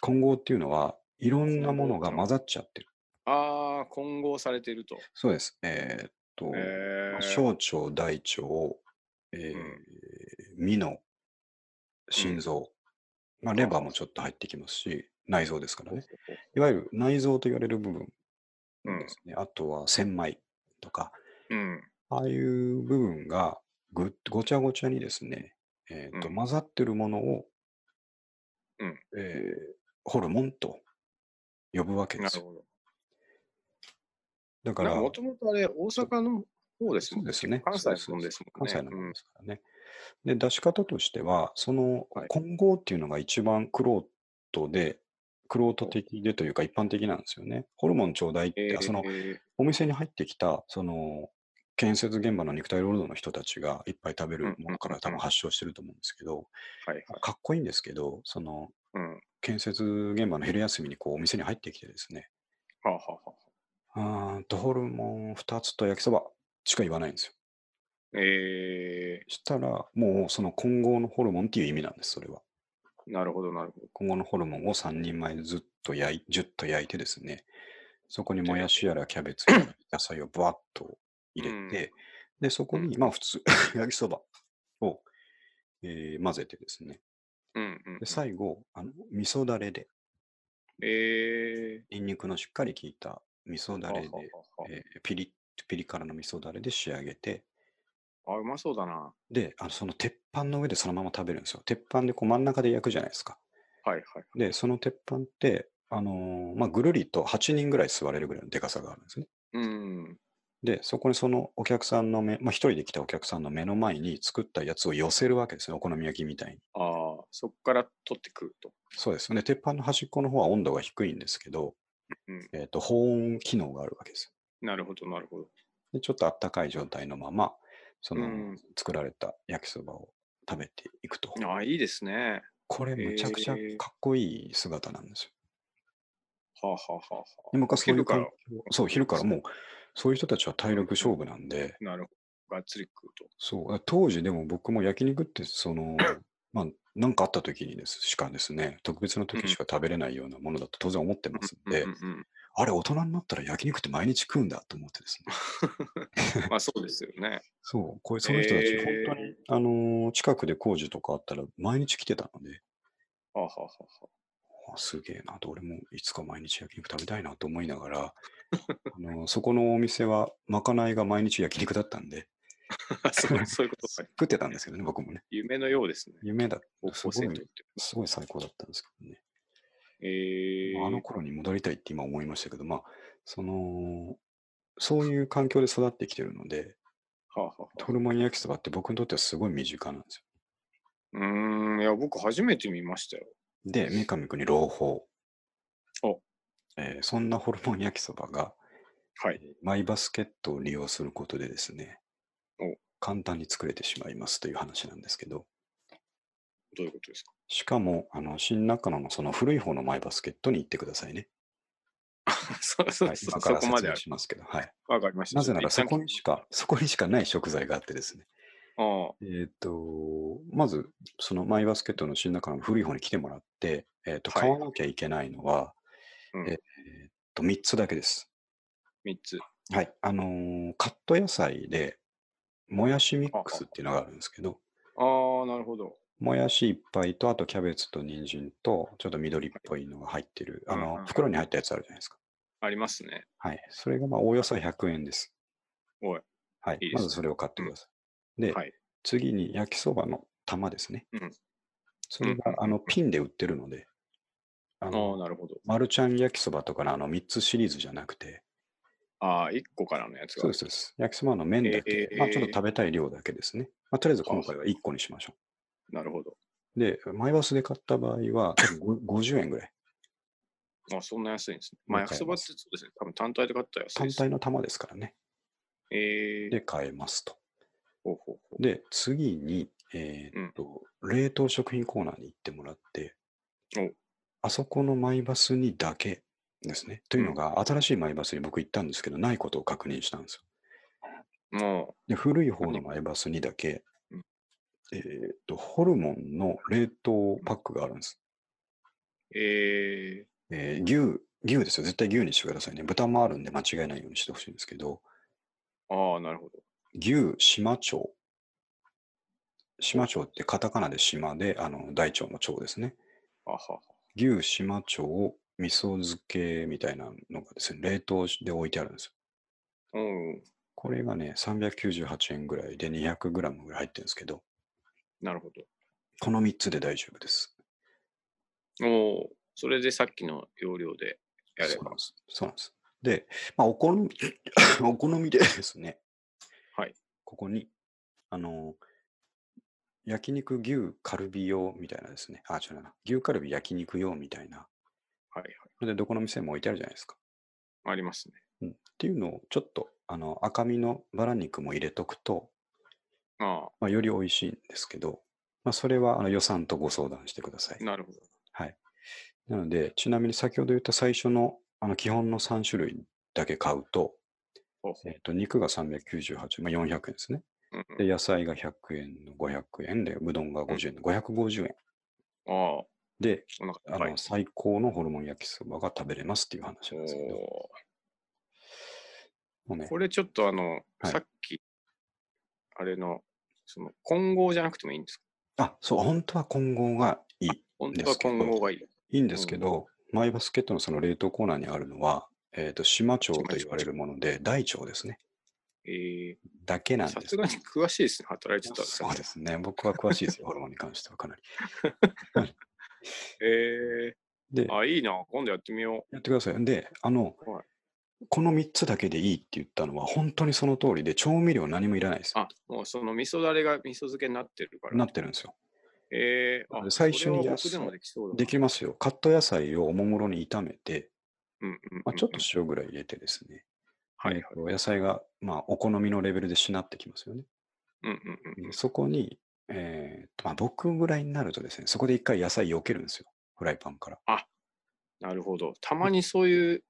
Speaker 1: 混合っていうのは、いろんなものが混ざっちゃってる。
Speaker 2: ああ、混合されてると。
Speaker 1: そうです。えーっと、
Speaker 2: えー
Speaker 1: 小腸、大腸、えー身の心臓、まあ、レバーもちょっと入ってきますし、内臓ですからね。いわゆる内臓と言われる部分
Speaker 2: うん
Speaker 1: ですね。あとは千枚とか、
Speaker 2: うん。
Speaker 1: ああいう部分がぐっごちゃごちゃにですね、えーと
Speaker 2: うん
Speaker 1: 混ざってるものを、
Speaker 2: うん
Speaker 1: えーホルモンと呼ぶわけで
Speaker 2: な
Speaker 1: す
Speaker 2: る
Speaker 1: よ。
Speaker 2: ほ
Speaker 1: だか
Speaker 2: ど。なん
Speaker 1: ら、
Speaker 2: かもともとあれ、大阪の方です
Speaker 1: そ
Speaker 2: も
Speaker 1: うんですね。
Speaker 2: 関西のもんですもんね。
Speaker 1: 関西のもんですからね。で、出し方としては、その
Speaker 2: はい
Speaker 1: 混合っていうのが一番クロートで、クロート的でというか一般的なんですよね。ホルモンちょうだいって、あその
Speaker 2: うんえ
Speaker 1: お店に入ってきた、その、建設現場の肉体労働の人たちがいっぱい食べるものか
Speaker 2: うんうんうんう
Speaker 1: ら
Speaker 2: ん
Speaker 1: 多分発祥してると思うんですけど、
Speaker 2: ーはいはい。
Speaker 1: かっこいいんですけど、その、
Speaker 2: うん。は
Speaker 1: 建設現場の昼休みにこうお店に入ってきてですね、
Speaker 2: あ、はあはあ、
Speaker 1: あーとホルモン2つと焼きそばしか言わないんですよ。
Speaker 2: え
Speaker 1: したら、もうその混合のホルモンっていう意味なんです、それは。
Speaker 2: ー、なるほど、なるほど。
Speaker 1: 混合のホルモンを3人前ずっと焼い、じゅっと焼いてですね、そこにもやしやらキャベツやら野菜をぶわっと入れて、で、そこに、まあ普通、 焼きそばを、えー混ぜてですね、
Speaker 2: うん、うん。
Speaker 1: で最後、あの味噌だれで、
Speaker 2: え
Speaker 1: ニンニクのしっかり効いた味噌
Speaker 2: ー、
Speaker 1: だれで
Speaker 2: は、あは
Speaker 1: えーピリッピリ辛の味噌だれで仕上げて、
Speaker 2: あはああ、うまそうだな。
Speaker 1: で、あのその鉄板の上でそのまま食べるんですよ。鉄板でこう真ん中で焼くじゃないですか。
Speaker 2: はいはい。
Speaker 1: で、その鉄板って、あのーまあ、ぐるりと8人ぐらい座れるぐらいのでかさがあるんですね。
Speaker 2: うん。
Speaker 1: で、そこにそのお客さんの目、まあ、一人で来たお客さんの目の前に作ったやつを寄せるわけですね。お好み焼きみたいに。
Speaker 2: ああ、そっから取ってくると。
Speaker 1: そうですよね。鉄板の端っこの方は温度が低いんですけど、
Speaker 2: うん
Speaker 1: えっ、と、保温機能があるわけですよ。
Speaker 2: なるほど、なるほど。
Speaker 1: で、ちょっとあったかい状態のまま、そうの
Speaker 2: ん
Speaker 1: 作られた焼きそばを食べていくと。
Speaker 2: ああ、いいですね。
Speaker 1: これ、むちゃくちゃ
Speaker 2: へえ
Speaker 1: かっこいい姿なんですよ。
Speaker 2: はあ、はあはあはあ、
Speaker 1: で昔そういう
Speaker 2: 昼から
Speaker 1: 環境そう、昼からもう、そういう人たちは体力勝負なんで、
Speaker 2: なるほど。がっつり食うと。
Speaker 1: そう、あ当時でも僕も焼肉って、その、まあ、なんかあった時にです、しかですね、特別な時しか食べれないようなものだと当然思ってますんで、
Speaker 2: うんうん
Speaker 1: あれ、大人になったら焼肉って毎日食うんだと思ってですね、
Speaker 2: うん、まあそうですよ ね。
Speaker 1: そう、これ、その人たち、
Speaker 2: えー
Speaker 1: 本当に、あのー近くで工事とかあったら、毎日来てたので、
Speaker 2: はあ、はあはあはあ、
Speaker 1: あすげえなと、俺もいつか毎日焼肉食べたいなと思いなが ら、あのーそこのお店は、まかないが毎日焼肉だったんで、
Speaker 2: そうそういうことか。
Speaker 1: 食ってたんですけどね、僕もね。
Speaker 2: 夢のようですね。
Speaker 1: 夢だ
Speaker 2: 高
Speaker 1: す
Speaker 2: 校
Speaker 1: ご
Speaker 2: 生
Speaker 1: い
Speaker 2: にとっ、
Speaker 1: すごい最高だったんですけどね。
Speaker 2: て。え
Speaker 1: まああの
Speaker 2: ー、
Speaker 1: 頃に戻りたいって今思いましたけど、まあ、その、そういう環境で育ってきてるので、
Speaker 2: はあ、はあはあ、
Speaker 1: ホルモン焼きそばって僕にとってはすごい身近なんです
Speaker 2: うーん、いや、僕初めて見ましたよ。
Speaker 1: よ。で、三上君に朗報。
Speaker 2: お
Speaker 1: えーそんなホルモン焼きそばが、
Speaker 2: はい。
Speaker 1: マイバスケットを利用することでですね
Speaker 2: お、
Speaker 1: 簡単に作れてしまいますという話なんですけど、
Speaker 2: どういうことですか
Speaker 1: しかも、あの、新中野のその古い方のマイバスケットに行ってくださいね。
Speaker 2: そうそう
Speaker 1: はい、
Speaker 2: そ
Speaker 1: 今か
Speaker 2: う、そ
Speaker 1: ら
Speaker 2: こ
Speaker 1: 説
Speaker 2: まであ
Speaker 1: 明
Speaker 2: る。
Speaker 1: しますけど、はい。
Speaker 2: わかりました。
Speaker 1: なぜなら
Speaker 2: ち
Speaker 1: そ
Speaker 2: ょっ
Speaker 1: ことにしか、そこにしかない食材があってですね。
Speaker 2: 一
Speaker 1: えっ、と、まず、そのマイバスケットの新中の古い方に来てもらって、えっ、と、
Speaker 2: はい
Speaker 1: 買わなきゃいけないのは、
Speaker 2: 旦うん
Speaker 1: ええっと、3つだけです。
Speaker 2: 三つ。
Speaker 1: はい。あのーカット野菜で、もやしミックスっていうのがあるんですけど、
Speaker 2: ああ、なるほど。
Speaker 1: もやしいっぱいと、あとキャベツと人参と、ちょっと緑っぽいのが入ってる、あ
Speaker 2: うんうんう
Speaker 1: の
Speaker 2: ん、
Speaker 1: 袋に入ったやつあるじゃないですか。
Speaker 2: ありますね。
Speaker 1: はい。それが、まあ、おおよそ100円です。
Speaker 2: おい。
Speaker 1: はい。
Speaker 2: いいです
Speaker 1: まずそれを買ってください。で、
Speaker 2: はい。
Speaker 1: 次に焼きそばの玉ですね。
Speaker 2: うん
Speaker 1: それ
Speaker 2: うん
Speaker 1: が、あの、ピンで売ってるので、あ
Speaker 2: ああ
Speaker 1: の、
Speaker 2: ー、なるほど。
Speaker 1: マルちゃん焼きそばとかのあの3つシリーズじゃなくて、
Speaker 2: ああ、一個からのやつが。
Speaker 1: そうです、そうです。焼きそばの麺だけ、
Speaker 2: えー
Speaker 1: まあちょっと食べたい量だけですね。まあとりあえず今回は1個にしましょ
Speaker 2: なるほど。
Speaker 1: う。で、マイバスで買った場合は、多分ご50円ぐらい。
Speaker 2: あ、そんな安いんですね。まあ、
Speaker 1: もう
Speaker 2: 焼
Speaker 1: 買え
Speaker 2: きそば
Speaker 1: ま
Speaker 2: って
Speaker 1: す
Speaker 2: そうですね。多分単体で買ったら安い
Speaker 1: 単
Speaker 2: です。
Speaker 1: 体の玉ですからね。
Speaker 2: えー
Speaker 1: で、、買えますと。
Speaker 2: ほうほうほ
Speaker 1: で、次に、えーっと、冷凍食品コーナーに行ってもらって
Speaker 2: お、
Speaker 1: あそこのマイバスにだけですね。というのが、新しいマイバスに僕行ったんですけど、ないことを確認したんですよ。
Speaker 2: う。も
Speaker 1: で古い方
Speaker 2: 何
Speaker 1: のマイバスにだけ
Speaker 2: うん、
Speaker 1: えーっと、ホルモンの冷凍パックがあるんです。
Speaker 2: え
Speaker 1: えー牛、牛ですよ。絶対牛にしてくださいね。豚もあるんで間違えないようにしてほしいんですけど、
Speaker 2: ー、ああ、なるほど。
Speaker 1: 牛、島町。島町ってカタカナで島で、あの、大腸の腸ですね。
Speaker 2: あはは。
Speaker 1: 牛、島町を味噌漬けみたいなのがですね、冷凍で置いてあるんですよ。
Speaker 2: うん、
Speaker 1: これがね、398円ぐらいで 200g ぐらい入ってるんですけど、
Speaker 2: なるほど。
Speaker 1: この3つで大丈夫です。
Speaker 2: おお、それでさっきの要領でやれ
Speaker 1: そうなん
Speaker 2: ば
Speaker 1: で。す。そうなんです。で、まあ、お好み、 お好みでですね、
Speaker 2: はい。
Speaker 1: ここに、あの、焼肉牛カルビ用みたいなですね、あ、違うな、牛カルビ焼肉用みたいな、
Speaker 2: はいはい。
Speaker 1: で、どこの店も置いてあるじゃないですか。
Speaker 2: ありますね。
Speaker 1: うん、っていうのを、ちょっと、あの、赤身のバラ肉も入れとくと、
Speaker 2: あ
Speaker 1: まあ、より美味しいんですけど、まあ、それはあの予算とご相談してください
Speaker 2: あ、。なるほど。
Speaker 1: なので、ちなみに先ほど言った最初のあの基本の3種類だけ買うと、
Speaker 2: ほうほ
Speaker 1: え
Speaker 2: う
Speaker 1: っと肉が398円、まあ、400円ですね。
Speaker 2: うんう
Speaker 1: で、
Speaker 2: ん、
Speaker 1: 野菜が100円の500円で、うどんが50円の550円。
Speaker 2: ああ、お
Speaker 1: で、あ
Speaker 2: 腹
Speaker 1: の、
Speaker 2: いっ
Speaker 1: 最高のホルモン焼きそばが食べれますっていう話
Speaker 2: ぱい。
Speaker 1: なんですけど、
Speaker 2: お
Speaker 1: もうね
Speaker 2: ー、これちょっとあの、
Speaker 1: はい
Speaker 2: さっき、あれの、その混合じゃなくてもいいんですか
Speaker 1: あ、そう、本当は混合がいい。
Speaker 2: 本当は混合がいい。
Speaker 1: いいんですけど、マイバスケットのその冷凍コーナーにあるのは、えっ、と、島町と
Speaker 2: 島町
Speaker 1: 言われるもので、大腸ですね。
Speaker 2: え
Speaker 1: だけな
Speaker 2: ー、
Speaker 1: ん
Speaker 2: さ
Speaker 1: です
Speaker 2: すがに詳しいですね、働いてたら。
Speaker 1: そうですね。僕は詳しいですよ、ホルモンに関してはか なり。
Speaker 2: え
Speaker 1: で、
Speaker 2: ー、あ、いいな、今度やってみよ
Speaker 1: やってください。で、あの、
Speaker 2: はい
Speaker 1: この3つだけでいいって言ったのは、本当にその通りで、調味料何もいらないです
Speaker 2: う。。あ、もうその味噌だれが味噌漬けになってるから。
Speaker 1: なってるんですよ。
Speaker 2: えー、あ、
Speaker 1: 最初に
Speaker 2: これ
Speaker 1: 野
Speaker 2: は僕
Speaker 1: 菜
Speaker 2: でもできそうだな。
Speaker 1: できますよ。カット野菜をおもむろに炒めて、
Speaker 2: うんうんうんうん
Speaker 1: まあ、ちょっと塩ぐらい入れてですね、
Speaker 2: はいはい
Speaker 1: え。ーと野菜が、まあ、お好みのレベルでしなってきますよね。
Speaker 2: うんうんうんうん
Speaker 1: でそこに、えーとまあ、僕ぐらいになるとですね、そこで一回野菜避けるんですよ。フライパンから。
Speaker 2: なるほど。たまにそういう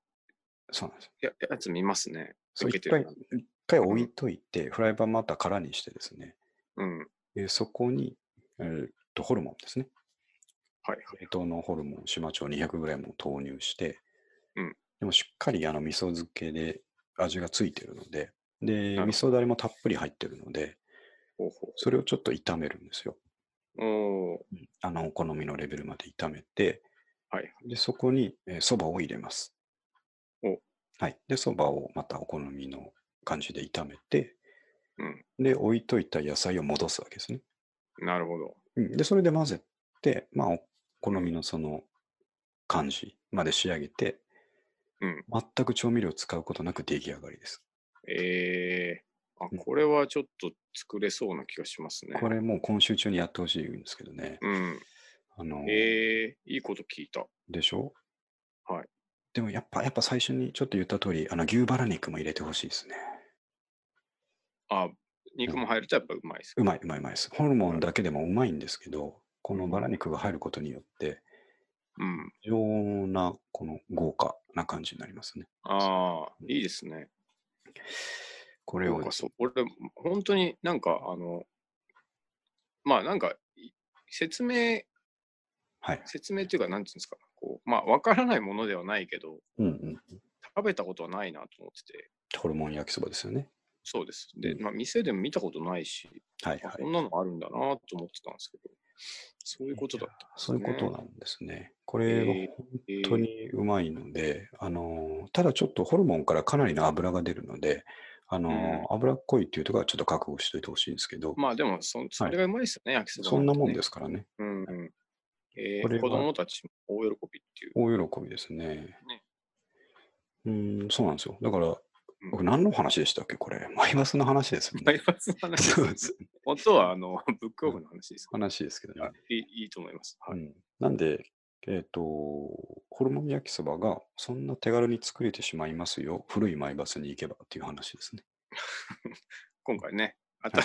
Speaker 1: そうなんですよ。
Speaker 2: ややつ見ますね。
Speaker 1: そう
Speaker 2: 避け
Speaker 1: 一
Speaker 2: てる
Speaker 1: 回
Speaker 2: な、
Speaker 1: 一回置いといて、フライパンまた空にしてですね、
Speaker 2: うん。はい
Speaker 1: えーそこに、えーと、ホルモンですね。
Speaker 2: はい。
Speaker 1: 冷凍のホルモン、島町 200g を投入して、
Speaker 2: うん
Speaker 1: でもしっかりあの味噌漬けで味がついてるので、で、
Speaker 2: なるほど
Speaker 1: 味噌だれもたっぷり入ってるので、
Speaker 2: ほうほ
Speaker 1: それをちょっと炒めるんですよ。
Speaker 2: う。おー
Speaker 1: あの、お好みのレベルまで炒めて、
Speaker 2: はい。
Speaker 1: で、そこにそば、蕎麦を入れます。
Speaker 2: お
Speaker 1: はい。で、そばをまたお好みの感じで炒めて、
Speaker 2: うん
Speaker 1: で、置いといた野菜を戻すわけですね。
Speaker 2: なるほど。
Speaker 1: うんで、それで混ぜて、まあ、お好みのその感じまで仕上げて、
Speaker 2: うん
Speaker 1: 全く調味料を使うことなく出来上がりです。
Speaker 2: えー、あ
Speaker 1: うん、
Speaker 2: これはちょっと作れそうな気がしますね。
Speaker 1: これもう今週中にやってほしいんですけどね。
Speaker 2: うん。
Speaker 1: あの
Speaker 2: えー、いいこと聞いた。
Speaker 1: でしょ
Speaker 2: はい。
Speaker 1: でもやっぱ、やっぱ最初にちょっと言った通り、あの牛バラ肉も入れてほしいですね。
Speaker 2: あ、肉も入るとやっぱうまいですか。
Speaker 1: うまいうまいうまいです。ホルモンだけでもうまいんですけど、このバラ肉が入ることによって、
Speaker 2: うん。
Speaker 1: 非常な、この豪華な感じになりますね。
Speaker 2: ああ、いいですね。
Speaker 1: これ
Speaker 2: そ
Speaker 1: を
Speaker 2: う
Speaker 1: で
Speaker 2: か
Speaker 1: す
Speaker 2: そう俺、本当になんか、あの、まあなんか、い説明、
Speaker 1: はい。
Speaker 2: 説明っていうか、なんていうんですか、こう、まあ、わからないものではないけど、
Speaker 1: うんうん。
Speaker 2: 食べたことはないなと思ってて、
Speaker 1: ホルモン焼きそばですよね。
Speaker 2: そうです。で、
Speaker 1: うん
Speaker 2: まあ、店でも見たことないし、
Speaker 1: はい
Speaker 2: あ
Speaker 1: はい
Speaker 2: こ。んなのあるんだなと思ってたんですけど、そういうことだった。
Speaker 1: そういうことなんですね。これは
Speaker 2: ええ
Speaker 1: 本当にうまいので、あのーただちょっとホルモンからかなりの油が出るので、あのー
Speaker 2: うん
Speaker 1: 油っこいっていうところはちょっと覚悟しておいてほしいんですけど、
Speaker 2: まあでもそ、それがうまいですよね、焼きそば。
Speaker 1: そんなもんですすからね、
Speaker 2: うんうん。えー
Speaker 1: これは
Speaker 2: 子供たちも大喜びっていう。
Speaker 1: 大喜びですね。
Speaker 2: ね
Speaker 1: うーん、そうなんですよ。だから、僕何の話でしたっけ、これ。マイバスの話ですよ
Speaker 2: マイ
Speaker 1: ね。
Speaker 2: バスの話
Speaker 1: そう です。
Speaker 2: 本当は、あの、ブックオフの話ですか、
Speaker 1: 話ですけどね
Speaker 2: あ。いいいいと思います。は
Speaker 1: う
Speaker 2: い。
Speaker 1: ん、なんで、えっ、と、ホルモン焼きそばがそんな手軽に作れてしまいますよ。古いマイバスに行けばっていう話ですね。
Speaker 2: 今回ね、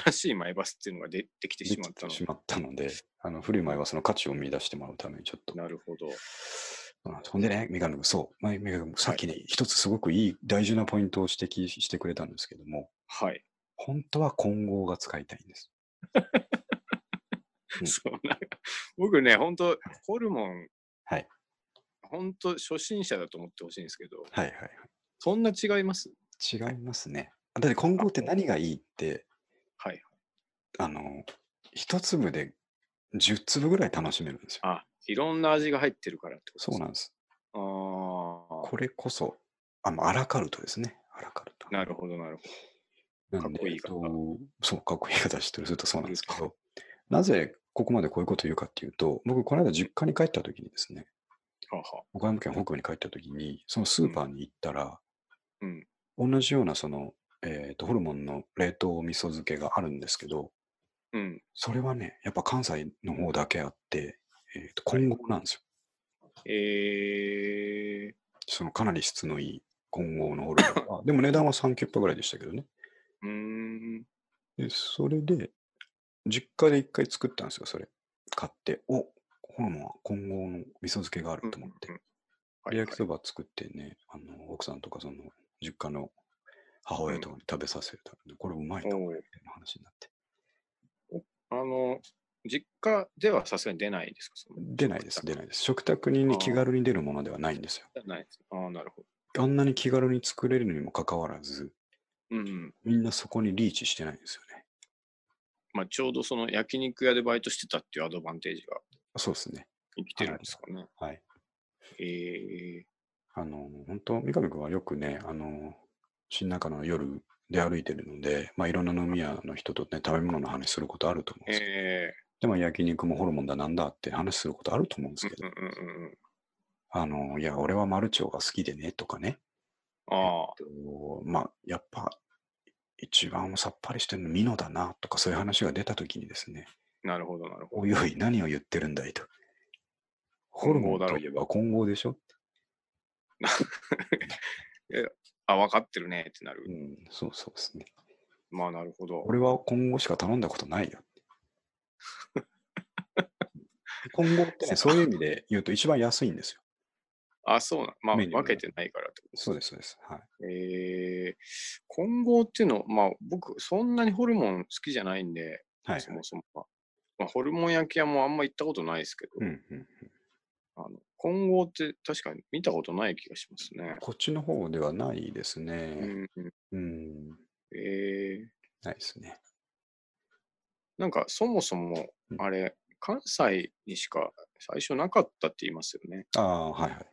Speaker 2: 新しいマイバスっていうのがでできてしまっ
Speaker 1: で
Speaker 2: たの
Speaker 1: き
Speaker 2: で
Speaker 1: てしまったので、あの古いマイバスの価値を見出してもらうためにちょっと。
Speaker 2: なるほど。
Speaker 1: そうなんですほんでね、メガネ君、そう、メガネ君、さっきね、一つすごくいい大事なポイントを指摘してくれたんですけども、
Speaker 2: はい。
Speaker 1: 本当は混合が使いたいんです。うん
Speaker 2: そうなんか僕ね、本当ホルモン
Speaker 1: はい
Speaker 2: 本当初心者だと思ってほしいんですけど、
Speaker 1: はいはいはい。
Speaker 2: そんな違います
Speaker 1: 違いますね。だって混合って何がいいって、
Speaker 2: はい。
Speaker 1: あの、一粒で10粒ぐらい楽しめるんですよ。
Speaker 2: あ、いろんな味が入ってるからってこと
Speaker 1: そうなん
Speaker 2: ん
Speaker 1: です。
Speaker 2: あー
Speaker 1: これこそ、あ、まあアラカルトですね。アラカルト。
Speaker 2: なるほど、なるほ
Speaker 1: なん
Speaker 2: かっ
Speaker 1: で
Speaker 2: こいい
Speaker 1: えっ
Speaker 2: 方
Speaker 1: とそう、かっこいい方知ってるするとそうなんですけど、なぜここまでこういうことを言うかっていうと、僕、この間実家に帰った時にですね、
Speaker 2: ど。はあはあ
Speaker 1: 岡山県北部に帰った時に、そのスーパーに行ったら、
Speaker 2: うん
Speaker 1: 同じようなその、えっとホルモンの冷凍味噌漬けがあるんですけど、
Speaker 2: うん。
Speaker 1: それはね、やっぱ関西の方だけあって、えー、と混合なんですよ。
Speaker 2: えー、
Speaker 1: そのかなり質のいい混合のホルモンが。でも値段は3キュッパぐらいでしたけどね。
Speaker 2: うーん。
Speaker 1: で、それで、実家で一回作ったんですよ、それ。買って、おホルモンは混合の味噌漬けがあると思って。
Speaker 2: うんうんうん
Speaker 1: で焼きそば作ってね、あの奥さんとかその実家の母親とかに食べさせるために、これうまいな、
Speaker 2: お
Speaker 1: み
Speaker 2: う
Speaker 1: たいな話になって。
Speaker 2: あの、実家ではさすがに出ないですかその
Speaker 1: 出ないです、出ないです。食卓にね
Speaker 2: あー
Speaker 1: 気軽に出るものではないんですよ。
Speaker 2: ないです。ああ、なるほ
Speaker 1: あんなに気軽に作れるにもかかわらず、
Speaker 2: ど。うんうん。
Speaker 1: みんなそこにリーチしてないんですよね。
Speaker 2: まあ、ちょうどその焼肉屋でバイトしてたっていうアドバンテージが
Speaker 1: そうですね。
Speaker 2: 生きてるんですかね。
Speaker 1: はい。
Speaker 2: え
Speaker 1: あの、本当三上君はよくね、あの、新中野の夜で歩いてるので、まあ、いろんな飲み屋の人とね、食べ物の話することあると思うん
Speaker 2: ー、
Speaker 1: ですけど、
Speaker 2: え
Speaker 1: で、まあ、焼肉もホルモンだなんだって話することあると思うんですけ
Speaker 2: ー、
Speaker 1: ど、
Speaker 2: うんうんうんうん。
Speaker 1: あの、いや、俺はマルチョウが好きでね、とかね、
Speaker 2: ああ、
Speaker 1: とまあ、やっぱ、一番さっぱりしてるのミノだな、とかそういう話が出た時にですね、
Speaker 2: なるほど、なるほ
Speaker 1: おいおい、何を言ってるんだいと。ホルモン
Speaker 2: 混合だろ
Speaker 1: といえば混合でしょ
Speaker 2: ど。あ、分かってるねってな
Speaker 1: う
Speaker 2: る。
Speaker 1: ん、そうそうですね。
Speaker 2: まあ、なるほど。
Speaker 1: 俺は混合しか頼んだことない よ。混合ってね、そういう意味で言うと一番安いんですよ。
Speaker 2: あ、そうなん。まあ、
Speaker 1: メニュー
Speaker 2: 分
Speaker 1: が
Speaker 2: けてないからってこと
Speaker 1: そうです、そうです。はい。
Speaker 2: えー、混合っていうの、まあ僕、そんなにホルモン好きじゃないんで、
Speaker 1: はい、
Speaker 2: そもそもは。まあ、ホルモン焼き屋もあんま行ったことないですけど、
Speaker 1: うんうん。
Speaker 2: あの混合って確かに見たことない気がしますね。
Speaker 1: こっちの方ではないです
Speaker 2: う
Speaker 1: ね。
Speaker 2: んうん、
Speaker 1: うん、
Speaker 2: えー、
Speaker 1: ないですね。
Speaker 2: なんかそもそも
Speaker 1: う、ん
Speaker 2: あれ、関西にしか最初なかったって言いますよね。
Speaker 1: ああ、はいはい。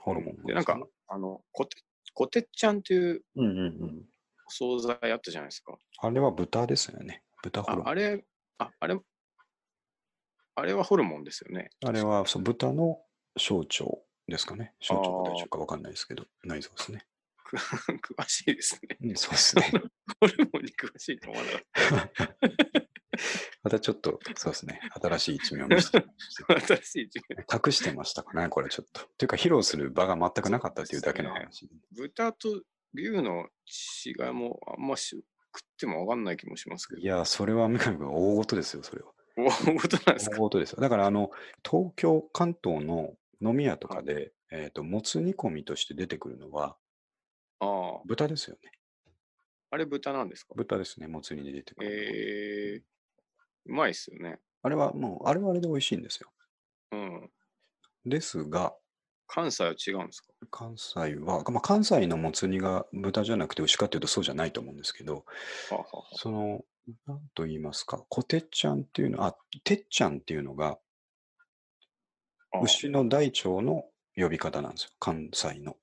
Speaker 1: ホルモンも
Speaker 2: で、なんか、あの、こてこてっちゃんっていう
Speaker 1: うんうんうん。
Speaker 2: お惣菜あったじゃないですか。
Speaker 1: あれは豚ですよね。豚ホ
Speaker 2: あ
Speaker 1: ルモン。
Speaker 2: あ
Speaker 1: あれ
Speaker 2: れ、あ、あれ、あれはホルモンですよね。
Speaker 1: はそう豚の小腸ですかね。小腸か大腸かわかんないですけど、内臓ですね。
Speaker 2: 詳しいですね。
Speaker 1: うん、そうですね。
Speaker 2: ホルモンに詳しいと思わなかっ
Speaker 1: またちょっと、そうですね。新しい一面を見せ て。
Speaker 2: た。新しい一面
Speaker 1: 隠してましたかね、これちょっと。というか、披露する場が全くなかったというだけの話。
Speaker 2: 豚と牛の違いもあんまし食ってもわかんない気もしますけ
Speaker 1: い
Speaker 2: ど。
Speaker 1: や、それは三上君、大事ですよ、それは。
Speaker 2: 大事なんです
Speaker 1: 大
Speaker 2: か
Speaker 1: 事ですよ。だから、あの、東京、関東の飲み屋とかで、えっ、と、もつ煮込みとして出てくるのは、
Speaker 2: ああ。
Speaker 1: 豚ですよね。
Speaker 2: あれ豚なんですか
Speaker 1: 豚ですね、もつ煮で出てくるのは。
Speaker 2: えー、うまいっすよね。
Speaker 1: あれはもう、あれはあれで美味しいんですよ。
Speaker 2: うん。
Speaker 1: ですが、
Speaker 2: 関西は違うんですか
Speaker 1: 関西は、まあ、関西のもつ煮が豚じゃなくて牛かっていうとそうじゃないと思うんですけど、
Speaker 2: はあはあはあ
Speaker 1: その、なんと言いますか、こてっちゃんっていうのあ、てっちゃんっていうのが、
Speaker 2: ああ
Speaker 1: 牛の大腸の呼び方なんですよ、関西の。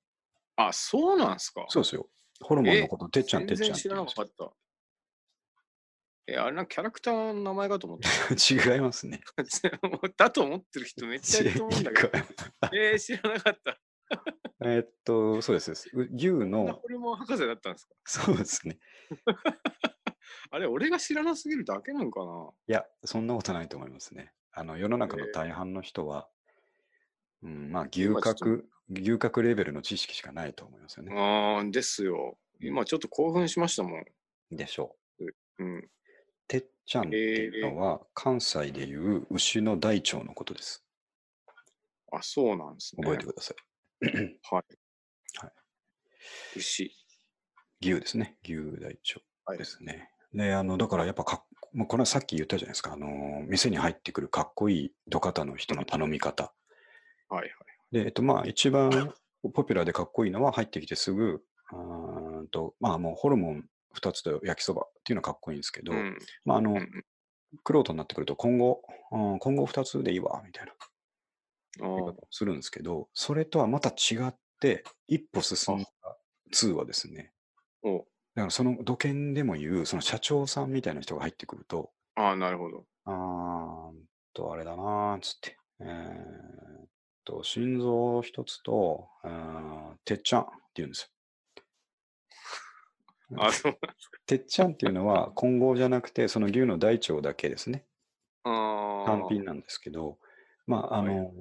Speaker 2: あ、そうなんですか
Speaker 1: そうですよ。ホルモンのこと、てっちゃん、て
Speaker 2: 全
Speaker 1: っち
Speaker 2: 然
Speaker 1: ゃんって
Speaker 2: 知
Speaker 1: 言う
Speaker 2: らなんかった。え、あれなんかキャラクターの名前かと思って
Speaker 1: です よ。違いますね。
Speaker 2: た。だと思ってる人めっちゃいると思うんだけど。
Speaker 1: 違います
Speaker 2: えー、知らなかった。
Speaker 1: えーっと、そうですそうです。う牛
Speaker 2: そんな
Speaker 1: の、
Speaker 2: ホルモン博士だったんですか
Speaker 1: そうですね。
Speaker 2: あれ、俺が知らなすぎるだけなんかない
Speaker 1: や、そんなことないと思いますね。あの、世の中の大半の人は、うん、まあ、牛
Speaker 2: 今ちょっと
Speaker 1: 角、牛角レベルの知識しかないと思いますよね。
Speaker 2: あーですよ。今ちょっと興奮しましたもん。
Speaker 1: でしょう。
Speaker 2: うん。
Speaker 1: てっちゃんっていうのは、関西でいう牛の大腸のことです。
Speaker 2: あ、そうなんですね。
Speaker 1: 覚えてください。
Speaker 2: はい。
Speaker 1: はい
Speaker 2: 牛。
Speaker 1: 牛ですね。牛大腸。
Speaker 2: はい
Speaker 1: で。すね。で、あの、だからやっぱかっこ、もうこれはさっき言ったじゃないですか、あのー、店に入ってくるかっこいい土方の人の頼み方。
Speaker 2: はいはい。
Speaker 1: で、えっと、まあ、一 番ポピュラーでかっこいいのは入ってきてすぐ、うーんと、まあ、もうホルモン2つと焼きそばっていうのはかっこいいんですけど、
Speaker 2: うん
Speaker 1: まあ、あ
Speaker 2: う
Speaker 1: の、
Speaker 2: ん
Speaker 1: クロートになってくると今後、うん今後2つでいいわ、みたいな
Speaker 2: あ
Speaker 1: 言い方
Speaker 2: ー
Speaker 1: をするんですけど、それとはまた違って、一歩進んだ2はですね、
Speaker 2: お
Speaker 1: だからその土建でも言う、その社長さんみたいな人が入ってくると、
Speaker 2: あー、なるほど。
Speaker 1: あーんと、あれだなーつって。えーっと、心臓一つと、うーんてっちゃんって言うんですよ。
Speaker 2: あそう
Speaker 1: てっちゃんっていうのは混合じゃなくて、その牛の大腸だけですね。
Speaker 2: あ
Speaker 1: 単
Speaker 2: ー
Speaker 1: 品なんですけど、まあ、あ
Speaker 2: はい
Speaker 1: の、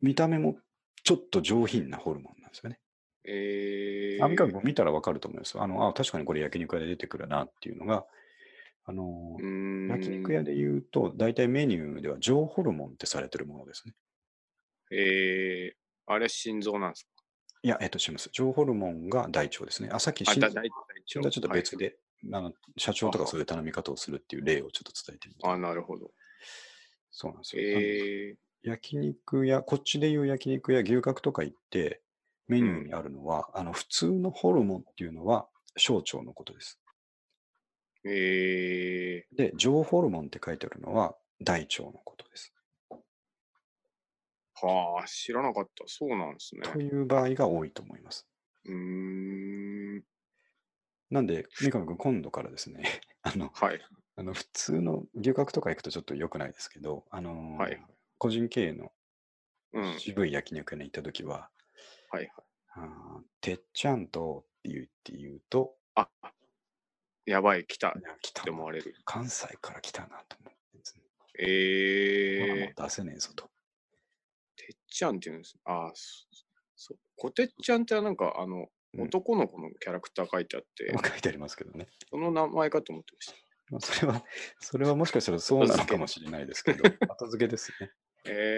Speaker 1: 見た目もちょっと上品なホルモンなんですよね。
Speaker 2: えー、
Speaker 1: アメリカン見たらわかると思います。あの、あ、確かにこれ焼肉屋で出てくるなっていうのが、あの、
Speaker 2: うーん
Speaker 1: 焼肉屋で言うと、大体メニューでは上ホルモンってされてるものですね。
Speaker 2: えー、あれ心臓なんですか
Speaker 1: いや、えっと、します。上ホルモンが大腸ですね。あ、さっき
Speaker 2: あ、
Speaker 1: 心
Speaker 2: だ
Speaker 1: 臓、
Speaker 2: 大
Speaker 1: 心臓はちょっと別
Speaker 2: で。
Speaker 1: で、あの社長とかそういう頼み方をするっていう例をちょっと伝えてみ
Speaker 2: はい
Speaker 1: た。
Speaker 2: あ、なるほど。
Speaker 1: そうなんですよ。なので
Speaker 2: え
Speaker 1: 焼肉や、こっちで言う焼肉や牛角とか行って、メニューにあるのは、あの、普通のホルモンっていうのは、小腸のことです。
Speaker 2: ー、え
Speaker 1: で、上ホルモンって書いてあるのは、大腸のことです。
Speaker 2: ー、はあ、知らなかった。そうなんですね。
Speaker 1: という場合が多いと思います。
Speaker 2: うーん、
Speaker 1: なんで、三上君、今度からですね、 あの、
Speaker 2: はい、
Speaker 1: あの普通の牛角とか行くとちょっと良くないですけど、あのー
Speaker 2: はい
Speaker 1: 個人経営の
Speaker 2: うん、はい、
Speaker 1: 渋い焼肉屋に行った時は、
Speaker 2: はい。
Speaker 1: あーてっちゃんとって言うって言うと、
Speaker 2: あ、やばい、来たっ
Speaker 1: いや来た
Speaker 2: て
Speaker 1: な
Speaker 2: 思われる。
Speaker 1: 関西から来たなと思ってですね、まだも
Speaker 2: えー、
Speaker 1: う出せねえぞと。
Speaker 2: てっちゃんっていうんです。あー、そそう。こてっちゃんってなんか、あの、
Speaker 1: うん
Speaker 2: 男の子のキャラクター書いてあっ て、
Speaker 1: 書いてありますけどね。
Speaker 2: その名前かと思ってました。
Speaker 1: まあ、それは、それはもしかしたらそうなのかもしれないです けど、後付けですね。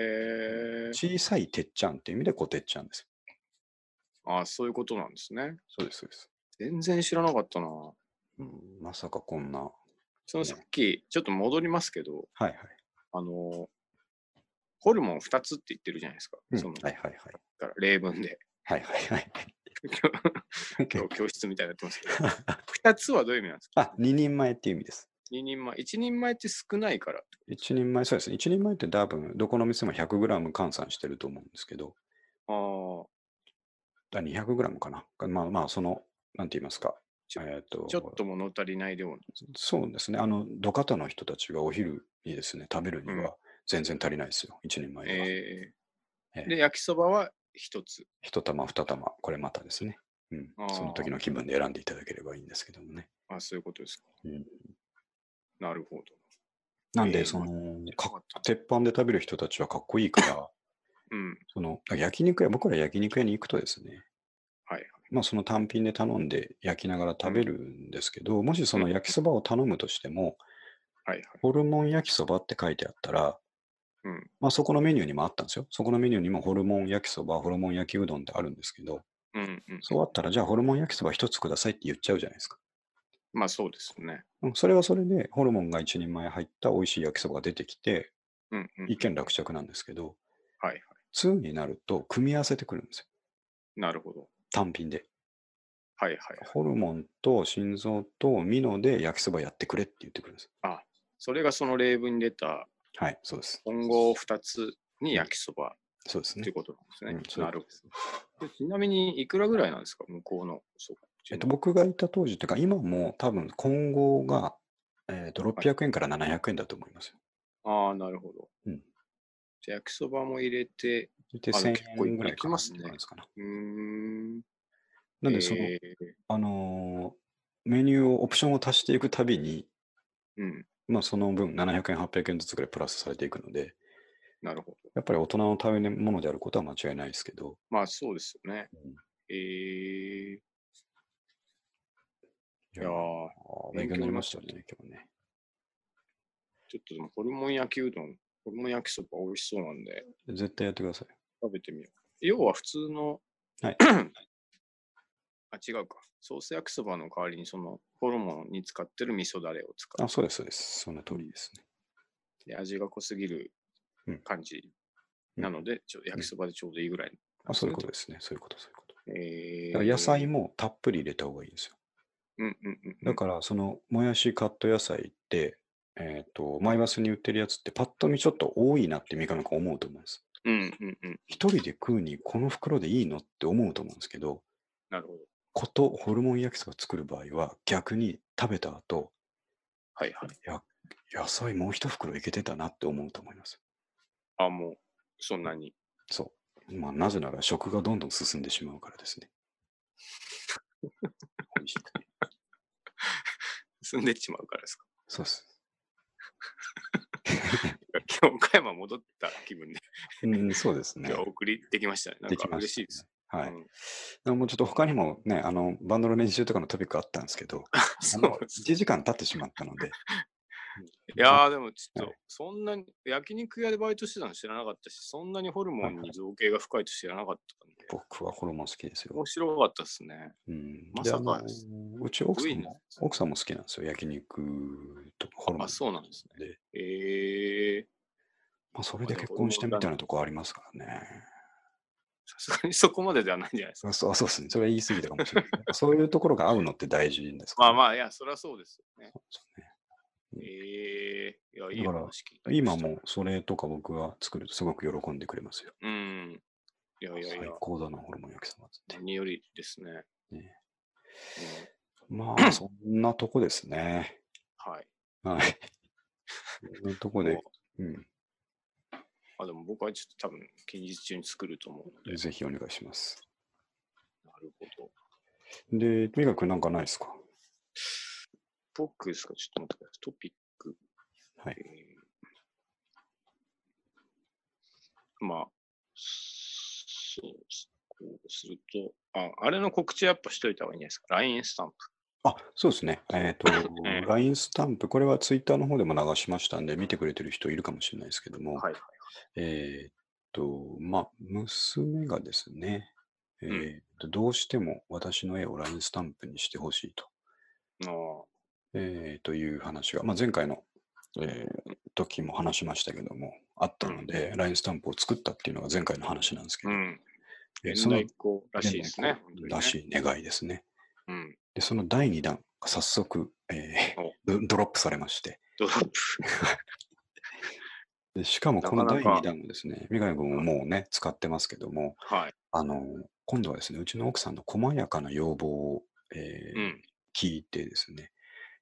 Speaker 2: えー、
Speaker 1: 小さいてっちゃんっていう意味でこてっちゃんです。
Speaker 2: あー、そういうことなんですね。
Speaker 1: そうです、そうです。
Speaker 2: 全然知らなかったな。
Speaker 1: うん、まさかこんな。はい
Speaker 2: そのさっき、ちょっと戻りますけど、
Speaker 1: はい。
Speaker 2: あの、ホルモン2つって言ってるじゃないですか。
Speaker 1: うん
Speaker 2: その、
Speaker 1: はいはいはい。
Speaker 2: から例文 で。
Speaker 1: はいはいはい。
Speaker 2: 今日教室みたいになってますけど。2つはどういう意味なんですか
Speaker 1: あ、二人前っていう意味です。
Speaker 2: ?2 人前。1人前って少ないから。
Speaker 1: 一人前、そうですね。一人前って多分、どこの店も 100g 換算してると思うんですけど、
Speaker 2: ああ、
Speaker 1: あ 200g かな。まあまあ、その、なんて言いますか。
Speaker 2: ちょ
Speaker 1: えーと
Speaker 2: ちょっと物足りない量。
Speaker 1: そうですね。あの、土方の人たちがお昼にですね、食べるには全然足りないですよ。一人前では。
Speaker 2: え
Speaker 1: え
Speaker 2: ー、
Speaker 1: え
Speaker 2: で、焼きそばは1つ。
Speaker 1: 一玉、二玉、これまたですね。うん
Speaker 2: あ。ー
Speaker 1: その時の気分で選んでいただければいいんですけどもね。
Speaker 2: あそういうことですか。
Speaker 1: うん
Speaker 2: なるほど。
Speaker 1: なん
Speaker 2: え
Speaker 1: で、
Speaker 2: ー
Speaker 1: その、か
Speaker 2: よかった
Speaker 1: 鉄板で食べる人たちはかっこいいから、
Speaker 2: うん。
Speaker 1: その焼肉屋、僕ら焼肉屋に行くとですね、
Speaker 2: はい。
Speaker 1: まあ、その単品で頼んで焼きながら食べるんですけど、もしその焼きそばを頼むとしても、
Speaker 2: はいはい。
Speaker 1: ホルモン焼きそばって書いてあったら、
Speaker 2: うん
Speaker 1: まあ、そこのメニューにもあったんですよ。そこのメニューにもホルモン焼きそば、ホルモン焼きうどんってあるんですけど、
Speaker 2: うんうん。
Speaker 1: そうあったら、じゃあホルモン焼きそば一つくださいって言っちゃうじゃないですか。
Speaker 2: まあそうですね。
Speaker 1: うんそれはそれで、ホルモンが一人前入った美味しい焼きそばが出てきて、
Speaker 2: うんうん。
Speaker 1: 一見落着なんですけど、
Speaker 2: はいはい。
Speaker 1: 2になると組み合わせてくるんですよ。
Speaker 2: なるほど。
Speaker 1: 単品で。
Speaker 2: はいはい。
Speaker 1: ホルモンと心臓とミノで焼きそばやってくれって言ってくるんです。
Speaker 2: あ、それがその例文に出た
Speaker 1: はい、そうです。
Speaker 2: 混合2つに焼きそば
Speaker 1: そうです
Speaker 2: って
Speaker 1: ね
Speaker 2: いう。ことなん
Speaker 1: うん
Speaker 2: です
Speaker 1: そう
Speaker 2: ね。
Speaker 1: いう
Speaker 2: なるほど。でちなみに、いくらぐらいなんですか向こうの。そっち
Speaker 1: え
Speaker 2: の
Speaker 1: っと、僕がいた当時というか、今も多分混合が、えっと600円から700円だと思いますよ。
Speaker 2: ああ、なるほど。
Speaker 1: うん
Speaker 2: じゃあ焼きそばも入れて、
Speaker 1: で、
Speaker 2: あ
Speaker 1: 1000
Speaker 2: 結構
Speaker 1: 円ぐらい
Speaker 2: い
Speaker 1: か
Speaker 2: き
Speaker 1: な
Speaker 2: ますね
Speaker 1: んじゃないですかね。
Speaker 2: うーん。
Speaker 1: なんで、その、
Speaker 2: えー
Speaker 1: あのーメニューを、オプションを足していくたびに、
Speaker 2: うん、
Speaker 1: まあ、その分700円、800円ずつぐらいプラスされていくので、
Speaker 2: なるほど。
Speaker 1: やっぱり大人の食べ物であることは間違いないですけど、
Speaker 2: まあそうですよね。
Speaker 1: うん
Speaker 2: えー、い
Speaker 1: い
Speaker 2: やー、ち
Speaker 1: あ
Speaker 2: ょ
Speaker 1: ー勉強になりましたよね、今日ね。
Speaker 2: っとでもホルモン焼きうどん、ホルモン焼きそば美味しそうなんで、
Speaker 1: 絶対やってください。
Speaker 2: 食べてみよう。要は普通の、
Speaker 1: はい
Speaker 2: あ、違うか。ソース焼きそばの代わりに、そのホルモンに使ってる味噌だれを使
Speaker 1: あ、そうです、そうです。そんな通りですね。
Speaker 2: って、味が濃すぎる
Speaker 1: うん
Speaker 2: 感じ
Speaker 1: うん
Speaker 2: なので、ちょ焼きそばでちょうどいいぐらい
Speaker 1: あそういうことですね。そういうこと、そういうこと。
Speaker 2: の。え
Speaker 1: だから野菜もたっぷり入れた方がいいんですよ。
Speaker 2: うんうんうん。
Speaker 1: だから、その、もやしカット野菜って、えっ、と、マイバスに売ってるやつって、パッと見ちょっと多いなって三上君思うと思うんです。
Speaker 2: うんうんうん。
Speaker 1: 一人で食うにこの袋でいいのって思うと思うんですけど、
Speaker 2: なるほど。
Speaker 1: ことホルモン焼きそば作る場合は、逆に食べた後、
Speaker 2: はいはい。
Speaker 1: 野菜もう一袋いけてたなって思うと思います。
Speaker 2: あ、もう、そんなに。
Speaker 1: そう。まあ、なぜなら食がどんどん進んでしまうから ですね。美味しくて
Speaker 2: 住んでっちまうからですか。
Speaker 1: そうです。
Speaker 2: 今日、岡山戻った気分で、
Speaker 1: うん、そうです
Speaker 2: 今
Speaker 1: ね
Speaker 2: 日。送りできましたね。なん
Speaker 1: でき
Speaker 2: か
Speaker 1: ま
Speaker 2: 嬉
Speaker 1: した
Speaker 2: し
Speaker 1: ね
Speaker 2: いです。。
Speaker 1: はいう
Speaker 2: ん
Speaker 1: でももうちょっと他にもね、あの、バンドの練習とかのトピックあったんですけど、あ
Speaker 2: そう
Speaker 1: の
Speaker 2: です
Speaker 1: 1時間経ってしまったので。
Speaker 2: いやーでもちょっ
Speaker 1: は
Speaker 2: と、そんなに、焼肉屋でバイトしてたの知らなかったし、そんなにホルモンに造形が深いと知らなかったんで、
Speaker 1: 僕はホルモン好きですよ
Speaker 2: 面。白かったですね。
Speaker 1: うん、
Speaker 2: まさか
Speaker 1: であのうち奥さ
Speaker 2: 部位
Speaker 1: ん
Speaker 2: の
Speaker 1: も、奥さんも好きなんですよ。焼肉とかホルモン。
Speaker 2: あ、そうなんですね
Speaker 1: で。
Speaker 2: えー、
Speaker 1: まあ、それで
Speaker 2: あでも
Speaker 1: 結婚して
Speaker 2: ホルモ
Speaker 1: み
Speaker 2: ン
Speaker 1: たいなとこありますからね。
Speaker 2: さすがにそこまでではないんじゃないですか。
Speaker 1: そうそうそうですね。それは言い過ぎたかもしれないですね。そういうところが合うのって大事ですか
Speaker 2: ま
Speaker 1: ら
Speaker 2: あ
Speaker 1: ね、
Speaker 2: まあ、いや、そりゃそうですよね。
Speaker 1: そうね
Speaker 2: えー、いや、いい
Speaker 1: だから
Speaker 2: 話聞いた
Speaker 1: 今もそれとか僕が作るとすごく喜んでくれますよ。
Speaker 2: うん。いやいやいや
Speaker 1: 最、高だな、ホルモン焼きそばっつって。
Speaker 2: 何よりですね。
Speaker 1: ね
Speaker 2: うん
Speaker 1: ま あ、そんなとこですね。
Speaker 2: はい。
Speaker 1: はい。そんなとこで
Speaker 2: も、
Speaker 1: うん、
Speaker 2: うあ、でも僕はちょっと多分、近日中に作ると思うので。
Speaker 1: ぜひお願いします。
Speaker 2: なるほど。
Speaker 1: で、とにかくなんかないですか
Speaker 2: 僕ですかちょっと待ってください。トピック。
Speaker 1: はい
Speaker 2: えーまあ、そうです。こうすると、あ、あれの告知やっぱしといた方がいいんじゃないですか。LINE スタンプ。
Speaker 1: あ、そうですね。えっ、と、
Speaker 2: ええ
Speaker 1: LINE スタンプ、これは Twitter の方でも流しましたんで、見てくれてる人いるかもしれないですけども、
Speaker 2: はい。
Speaker 1: えっと、まあ、娘がですね、え
Speaker 2: ん
Speaker 1: っとどうしても私の絵を LINE スタンプにしてほしいと、
Speaker 2: ああ、
Speaker 1: えーという話が、まあ、前回の、えー時も話しましたけども、あったので、LINE スタンプを作ったっていうのが前回の話なんですけ
Speaker 2: う
Speaker 1: ど、
Speaker 2: ん。
Speaker 1: えー
Speaker 2: 現代っ子らしいですね。
Speaker 1: ら
Speaker 2: い。
Speaker 1: しい願いですね。
Speaker 2: うん。
Speaker 1: で、その第2弾、早速、えードドロップされまして、
Speaker 2: ドロップ。
Speaker 1: でしかもこの
Speaker 2: なか
Speaker 1: 第
Speaker 2: なか
Speaker 1: 2弾もですね、三上君ももうね、使ってますけども、
Speaker 2: はい。
Speaker 1: あの、今度はですね、うちの奥さんの細やかな要望を、えー
Speaker 2: うん。
Speaker 1: 聞いてですね、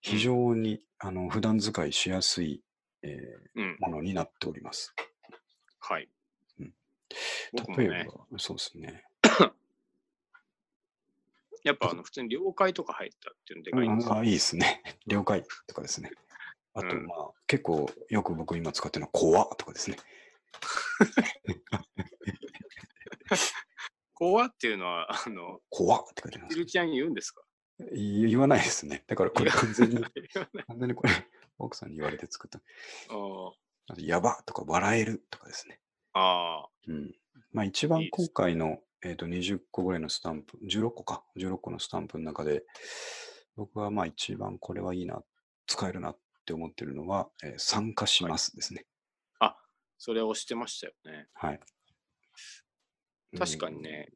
Speaker 1: 非常に、あの普段使いしやすい、えー
Speaker 2: うん。
Speaker 1: ものになっております。
Speaker 2: はい。
Speaker 1: うん
Speaker 2: 僕も
Speaker 1: 例えば、
Speaker 2: ね、
Speaker 1: そうですね。
Speaker 2: やっぱあの普通に了解とか入ったっていうのでかいんですよ
Speaker 1: あいいですね。 了解とかですね。あと、
Speaker 2: うん
Speaker 1: まあ、結構よく僕今使ってるのは、怖とかですね。
Speaker 2: 怖っていうのは、あの、
Speaker 1: 怖って書いてま
Speaker 2: ひ
Speaker 1: す
Speaker 2: る。ちゃん言うんですか
Speaker 1: い言わないですね。だからこれ完全に、
Speaker 2: 言わない
Speaker 1: 完全にこれ、奥さんに言われて作った。
Speaker 2: あー
Speaker 1: あとやばとか、笑えるとかですね。
Speaker 2: あ
Speaker 1: うん。まあ一
Speaker 2: い
Speaker 1: 番
Speaker 2: いで
Speaker 1: 今
Speaker 2: す
Speaker 1: 回の、えー、と20個ぐらいのスタンプ、16個か、16個のスタンプの中で、僕はまあ一番これはいいな、使えるなって思ってるのは、えー参加しますですね。
Speaker 2: ー。あ、それを押してましたよね。
Speaker 1: はい。
Speaker 2: 確かにね、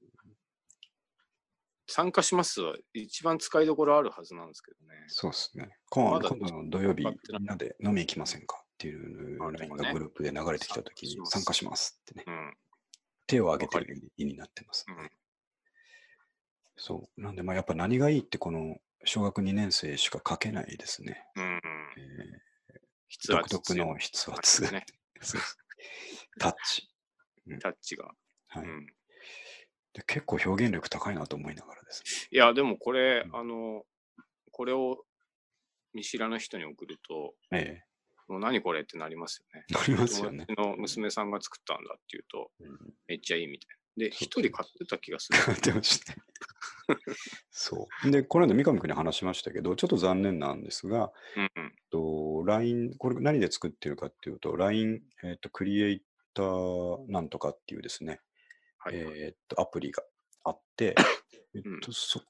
Speaker 2: 参加しますは一番使いどころあるはずなんですけどね
Speaker 1: うん。。そうですね。今
Speaker 2: ま
Speaker 1: 度
Speaker 2: だ
Speaker 1: 今度の土曜日、
Speaker 2: 使ってな
Speaker 1: み
Speaker 2: い
Speaker 1: んなで飲み行きませんかっていう
Speaker 2: あ
Speaker 1: LINE
Speaker 2: でも
Speaker 1: が
Speaker 2: ね
Speaker 1: グループで流れてきたときに、参
Speaker 2: 参
Speaker 1: 加
Speaker 2: 加
Speaker 1: しますってね、
Speaker 2: うん。
Speaker 1: 手を挙げてる意味になってます。
Speaker 2: うん
Speaker 1: そう。なんで、まあやっぱ何がいいって、この小学2年生しか書けないですね。
Speaker 2: うん。
Speaker 1: えー
Speaker 2: 筆
Speaker 1: 独
Speaker 2: 圧
Speaker 1: 特の筆圧、
Speaker 2: ね。
Speaker 1: そうタッチ、
Speaker 2: タッチが。
Speaker 1: はい
Speaker 2: うん。
Speaker 1: で。結構表現力高いなと思いながらですね。
Speaker 2: いや、でもこれ
Speaker 1: う、ん
Speaker 2: あの、これを見知らぬ人に送ると、
Speaker 1: え
Speaker 2: もう何これってなりますよね。
Speaker 1: え、なりますよね。
Speaker 2: 友達の娘さんが作ったんだっていうと、
Speaker 1: うん
Speaker 2: めっちゃいいみたいな。で、
Speaker 1: そう
Speaker 2: 一人買ってた気がする。
Speaker 1: 書いてました。そう。で、この間三上君に話しましたけど、ちょっと残念なんですが、
Speaker 2: うんうん。
Speaker 1: と LINE、これ何で作ってるかっていうと、LINE、えっ、と、クリエイターなんとかっていうですね、
Speaker 2: はいはい。
Speaker 1: えっと、アプリがあ って、えっ
Speaker 2: うん
Speaker 1: と、そ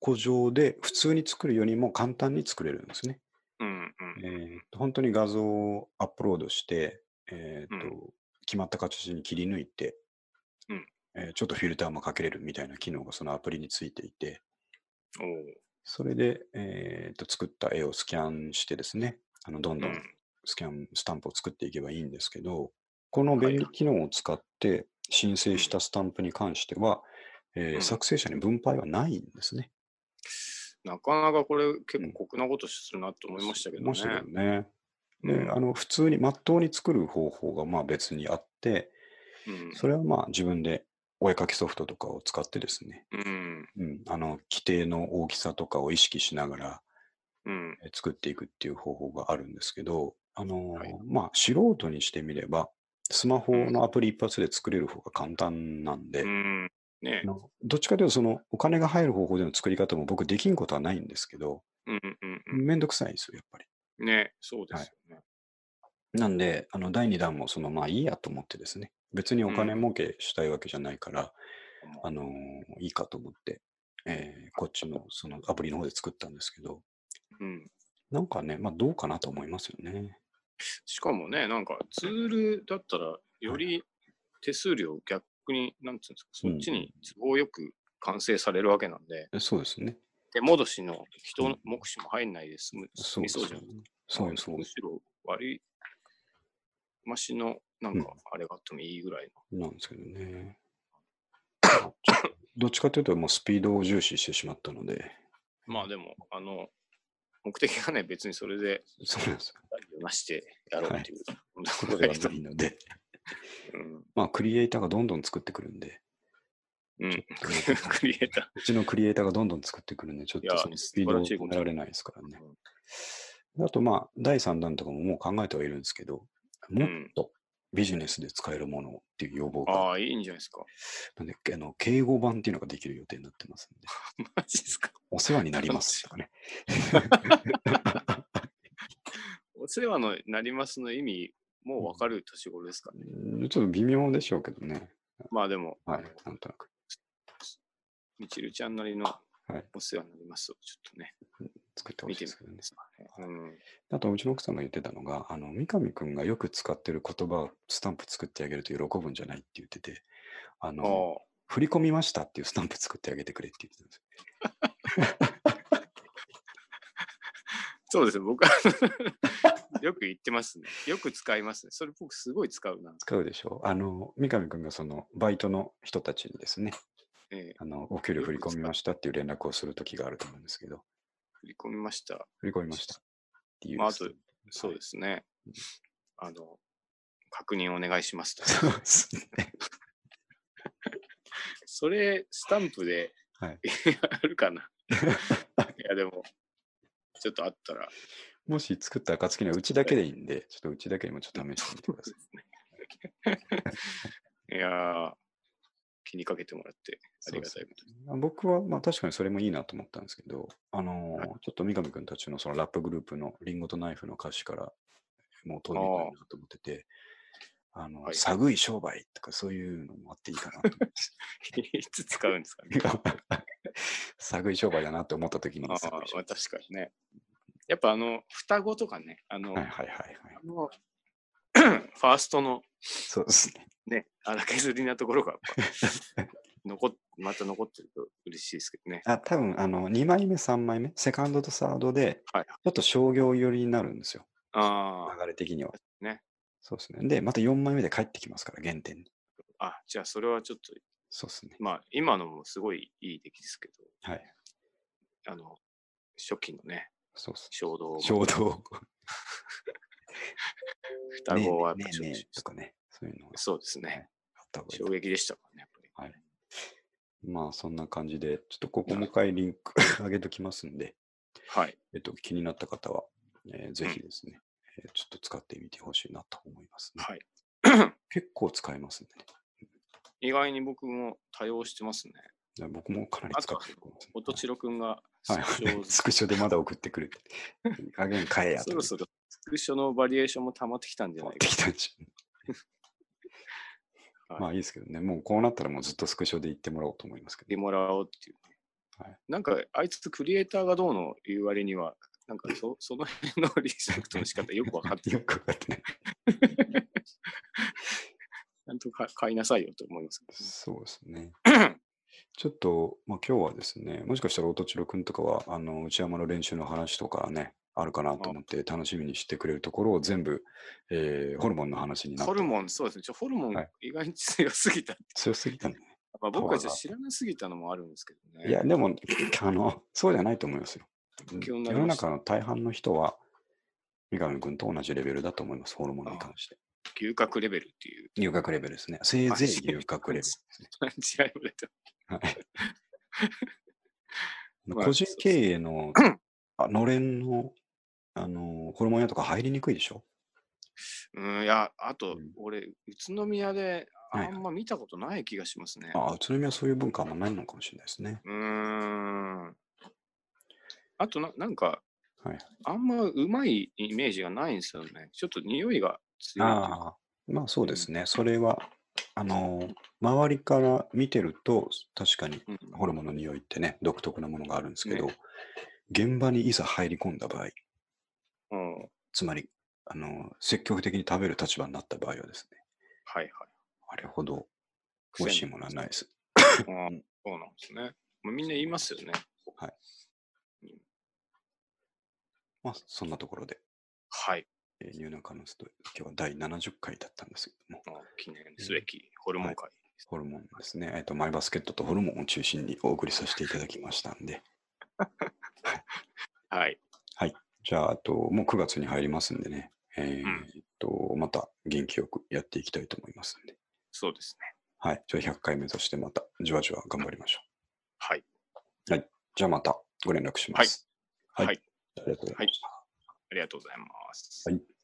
Speaker 1: こ上で普通に作るよりも簡単に作れるんですね。
Speaker 2: うんうん
Speaker 1: えーっと本当に画像をアップロードして、えーっと
Speaker 2: う
Speaker 1: 決まった形に切り抜いて、
Speaker 2: うん
Speaker 1: えーちょっとフィルターもかけれるみたいな機能がそのアプリについていて、
Speaker 2: おー
Speaker 1: それで、えーと作った絵をスキャンしてですね、あのどん
Speaker 2: う
Speaker 1: どん
Speaker 2: ん。
Speaker 1: スキャン、スタンプを作っていけばいいんですけど、この便利機能を使って申請したスタンプに関しては、えー
Speaker 2: うん
Speaker 1: 作成者に分配はないんですね。
Speaker 2: なかなかこれ結構酷なことするなと思いましたけどね。
Speaker 1: ね。で、
Speaker 2: うん
Speaker 1: あの普通に、まっとうに作る方法がまあ別にあって、
Speaker 2: うん
Speaker 1: それはまあ自分でお絵かきソフトとかを使ってですね、
Speaker 2: うん。
Speaker 1: うん、あの規定の大きさとかを意識しながら
Speaker 2: うん。
Speaker 1: え作っていくっていう方法があるんですけど、あのー
Speaker 2: はい
Speaker 1: まあ素人にしてみれば、スマホのアプリ一発で作れる方が簡単なんで、
Speaker 2: うん。ね
Speaker 1: あのどっちかというとそのお金が入る方法での作り方も僕できんことはないんですけど、
Speaker 2: うんうん
Speaker 1: めんどくさいんですよ、やっぱり。
Speaker 2: うん。ねそうですよね。
Speaker 1: なんで、あの第2弾もそのまあいいやと思ってですね、別にお金儲けしたいわけじゃないから、あのーいいかと思って、えーこっちのそのアプリの方で作ったんですけど、
Speaker 2: うん。
Speaker 1: なんかね、まあどうかなと思いますよね。
Speaker 2: しかもね、なんかツールだったら、より手数料逆に、なんていうんですか、そっちに都合よく完成されるわけなんで、
Speaker 1: えそうですね。
Speaker 2: 手戻しの人
Speaker 1: う
Speaker 2: の
Speaker 1: ん
Speaker 2: 目視も入んないで済む
Speaker 1: そ
Speaker 2: 済
Speaker 1: う
Speaker 2: みそうじゃん。
Speaker 1: そうそう
Speaker 2: むしろ割り、マシのなんかあれがあってもいいぐらい
Speaker 1: なんですけどね。 ちょどっちかというと、もうスピードを重視してしまったので、
Speaker 2: の。まあでも、あの、目的がね、別にそれで
Speaker 1: そうなん です。
Speaker 2: なしてやろうっていう、そん
Speaker 1: こ
Speaker 2: なこと
Speaker 1: れ
Speaker 2: だ
Speaker 1: は
Speaker 2: けど
Speaker 1: ないので、
Speaker 2: うん
Speaker 1: まあ、クリエイターがどんどん作ってくるんで、
Speaker 2: うん、 クリエイタ
Speaker 1: うちのクリエイターがどんどん作ってくるんで、ちょっ
Speaker 2: いや
Speaker 1: とそのスピードを止められないですから
Speaker 2: ー
Speaker 1: ね。。あと、まあ、第3弾とかももう考えてはいるんですけど、もっとビジネスで使えるものっていう要望が、
Speaker 2: ああ、いいんじゃないですか。
Speaker 1: なんで、あの、敬語版っていうのができる予定になってますんで、
Speaker 2: マジですか。
Speaker 1: お世話になりますとかね。
Speaker 2: お世話のなりますの意味、もう分かる年頃ですかね。
Speaker 1: うんちょっと微妙でしょうけどね。
Speaker 2: まあでも、
Speaker 1: はい、なんとなく。
Speaker 2: みちるちゃんなりの
Speaker 1: い
Speaker 2: お世話になりますをちょっとね、
Speaker 1: 作ってほ
Speaker 2: 見
Speaker 1: しい
Speaker 2: て
Speaker 1: で
Speaker 2: み
Speaker 1: す
Speaker 2: た
Speaker 1: けど
Speaker 2: ん
Speaker 1: ね
Speaker 2: で。すかね。うん、
Speaker 1: あと、うちの奥さんが言ってたのが、あの、三上くんがよく使ってる言葉をスタンプ作ってあげると喜ぶんじゃないって言ってて、あ
Speaker 2: あ
Speaker 1: の、
Speaker 2: あ、
Speaker 1: 振り込みましたっていう スタンプ作ってあげてくれって言ってたんですよ。
Speaker 2: そうですね、僕は よく言ってますね。よく使いますね。それ僕すごい使うな。
Speaker 1: 使うでしょあの、三上くんがその、バイトの人たちにですね、
Speaker 2: ええ
Speaker 1: あの、お給料振り込みましたっていう連絡をするときがあると思うんですけど、
Speaker 2: 振り込みました。
Speaker 1: 振り込みましたっていう。。
Speaker 2: まああとそうですすね。あの、確認お願いしますと。
Speaker 1: そうですね。
Speaker 2: それ、スタンプで、
Speaker 1: はい、
Speaker 2: あるかな。いや、でも、ちょっとあったら、
Speaker 1: もし作った暁にはうちだけでいいんで、ちょっとうちだけにもちょっと試してみてください。
Speaker 2: いやー、気にかけてもらってありがたいこと。
Speaker 1: あ僕は、まあ確かにそれもいいなと思ったんですけど、あのー
Speaker 2: はい
Speaker 1: ちょっと三上くんたちのそのラップグループのリンゴとナイフの歌詞からもう飛びたいなと思ってて、あの、
Speaker 2: はい
Speaker 1: 寒い商売とかそういうのもあっていいかなと思って
Speaker 2: いつ使うんで すかね。
Speaker 1: 寒い商売だなって思った時に
Speaker 2: ああ、
Speaker 1: 探
Speaker 2: ま
Speaker 1: い商売
Speaker 2: あ確かにね。やっぱあの、双子とかね、あの、
Speaker 1: はいはいはいはい。
Speaker 2: あのファーストの
Speaker 1: そうですね。
Speaker 2: ね、荒削りなところがやっぱ 残っ、また残ってると嬉しいですけどね。
Speaker 1: あ、多分あの、2枚目、3枚目、セカンドとサードで、
Speaker 2: はい
Speaker 1: ちょっと商業寄りになるんですよ。
Speaker 2: あ
Speaker 1: 流れ的には。
Speaker 2: ね
Speaker 1: そうですね。で、また4枚目で帰ってきますから、原点に。
Speaker 2: あ、あ、じゃあそれはちょっと、
Speaker 1: そうですね。
Speaker 2: まあ今のもすごいいい出来ですけ
Speaker 1: はい。
Speaker 2: ど、あの、初期のね、
Speaker 1: そうですね。
Speaker 2: 衝動も、
Speaker 1: 衝動。
Speaker 2: 双子はやっ
Speaker 1: ね
Speaker 2: ぱ
Speaker 1: え
Speaker 2: 衝
Speaker 1: ねえ
Speaker 2: 撃
Speaker 1: ねえとかね、そういうのが
Speaker 2: そうです
Speaker 1: はい
Speaker 2: ね。
Speaker 1: あった方がいい
Speaker 2: 衝
Speaker 1: と。
Speaker 2: 撃でしたからね、やっぱり。
Speaker 1: まあそんな感じで、ちょっとここもう一回リンク 上げときますんで、
Speaker 2: はい。
Speaker 1: えっと、気になった方は、えーぜひですね、えーちょっと使ってみてほしいなと思いますね。
Speaker 2: はい。
Speaker 1: 結構使えますんでね。
Speaker 2: 意外に僕も対応してますね。
Speaker 1: だから僕もかなり
Speaker 2: あ
Speaker 1: 使
Speaker 2: と
Speaker 1: っ
Speaker 2: は
Speaker 1: てると思いますね、
Speaker 2: 音千代くんがス
Speaker 1: はい
Speaker 2: クシ
Speaker 1: はい
Speaker 2: ョ を、
Speaker 1: スクショでまだ送ってくる って。あげん変えや
Speaker 2: そ
Speaker 1: と
Speaker 2: ろ
Speaker 1: 思って
Speaker 2: そろスクショのバリエーションも溜まってきたんじゃ
Speaker 1: 持
Speaker 2: な
Speaker 1: っ
Speaker 2: い
Speaker 1: て
Speaker 2: か
Speaker 1: きたんじゃん
Speaker 2: はい
Speaker 1: まあいいですけどね、もうこうなったらもうずっとスクショで言ってもらおうと思いますけ
Speaker 2: で
Speaker 1: ど。
Speaker 2: もらおうっていう、
Speaker 1: はい
Speaker 2: なんかあいつクリエイターがどうの言う割にはなんかそその 辺のリスペクトの仕方よく分かって
Speaker 1: よ
Speaker 2: る
Speaker 1: くわかってない。
Speaker 2: ちゃんとか買いなさいよと思いますけ
Speaker 1: そうですね。
Speaker 2: どね。
Speaker 1: ちょっと、まあ、今日はですね、もしかしたら音千代君とかは、あの、内山の練習の話とかね、あるかなと思って楽しみにしてくれるところを全部、えーホルモンの話になっ
Speaker 2: ホ
Speaker 1: て
Speaker 2: ルモン、そうですね。ちょホルモン
Speaker 1: はい
Speaker 2: 意外に強すぎた。
Speaker 1: 強すぎたね。
Speaker 2: まあ、僕は
Speaker 1: パワ
Speaker 2: ちょっ
Speaker 1: ー
Speaker 2: と
Speaker 1: が
Speaker 2: 知らなすぎたのもあるんですけどね。
Speaker 1: いや、でも、あの、そうじゃないと思いますよ。
Speaker 2: 勉強にな
Speaker 1: 世
Speaker 2: り
Speaker 1: の
Speaker 2: ました
Speaker 1: 中の大半の人は、三上君と同じレベルだと思います、ホルモンに関して。
Speaker 2: 牛角レベルっていう。
Speaker 1: 遊郭レベルですね。せいぜい遊郭レベルですね。
Speaker 2: 違いれた。
Speaker 1: はい
Speaker 2: まあ
Speaker 1: 個人経営のあのれんのあのホルモン屋とか入りにくいでしょ
Speaker 2: うん、いや、あと、
Speaker 1: うん
Speaker 2: 俺、宇都宮で
Speaker 1: はい
Speaker 2: あ
Speaker 1: はい
Speaker 2: んま見たことない気がしますね。
Speaker 1: あ宇都宮はそういう文化あんまないのかもしれないですね。
Speaker 2: うーん。あとな、なんか、
Speaker 1: はい
Speaker 2: あんまうまいイメージがないんですよね。ちょっと匂いが強いっていうか。
Speaker 1: ああ、まあそうですね。それは、あの、周りから見てると、確かに
Speaker 2: うん
Speaker 1: ホルモンの匂いってね、独特なものがあるんですけど、現場にいざ入り込んだ場合、
Speaker 2: うん、はい
Speaker 1: つまり、あの、積極的に食べる立場になった場合はですね、
Speaker 2: はい。
Speaker 1: あれほど美味しいものはないです。
Speaker 2: 癖にうんそうなんですね。まあ、みんな言いますよね。
Speaker 1: まあ、そんなところで、
Speaker 2: はい。
Speaker 1: えーニューナカノスと、今日は第70回だったんですけども、
Speaker 2: まあ記念すべきホルモン会。
Speaker 1: ホルモンですね、えっと、マイバスケットとホルモンを中心にお送りさせていただきましたんで、
Speaker 2: はい。
Speaker 1: じゃあ、あと、もう9月に入りますんでね、えー
Speaker 2: うん
Speaker 1: えっと、また元気よくやっていきたいと思いますんで、
Speaker 2: そうですね。
Speaker 1: はい、じゃあ100回目指してまた、じわじわ頑張りましょう。
Speaker 2: はい。
Speaker 1: じゃあまたご連絡します。
Speaker 2: はい。
Speaker 1: ありがとうございました。
Speaker 2: ありがとうございます。
Speaker 1: はい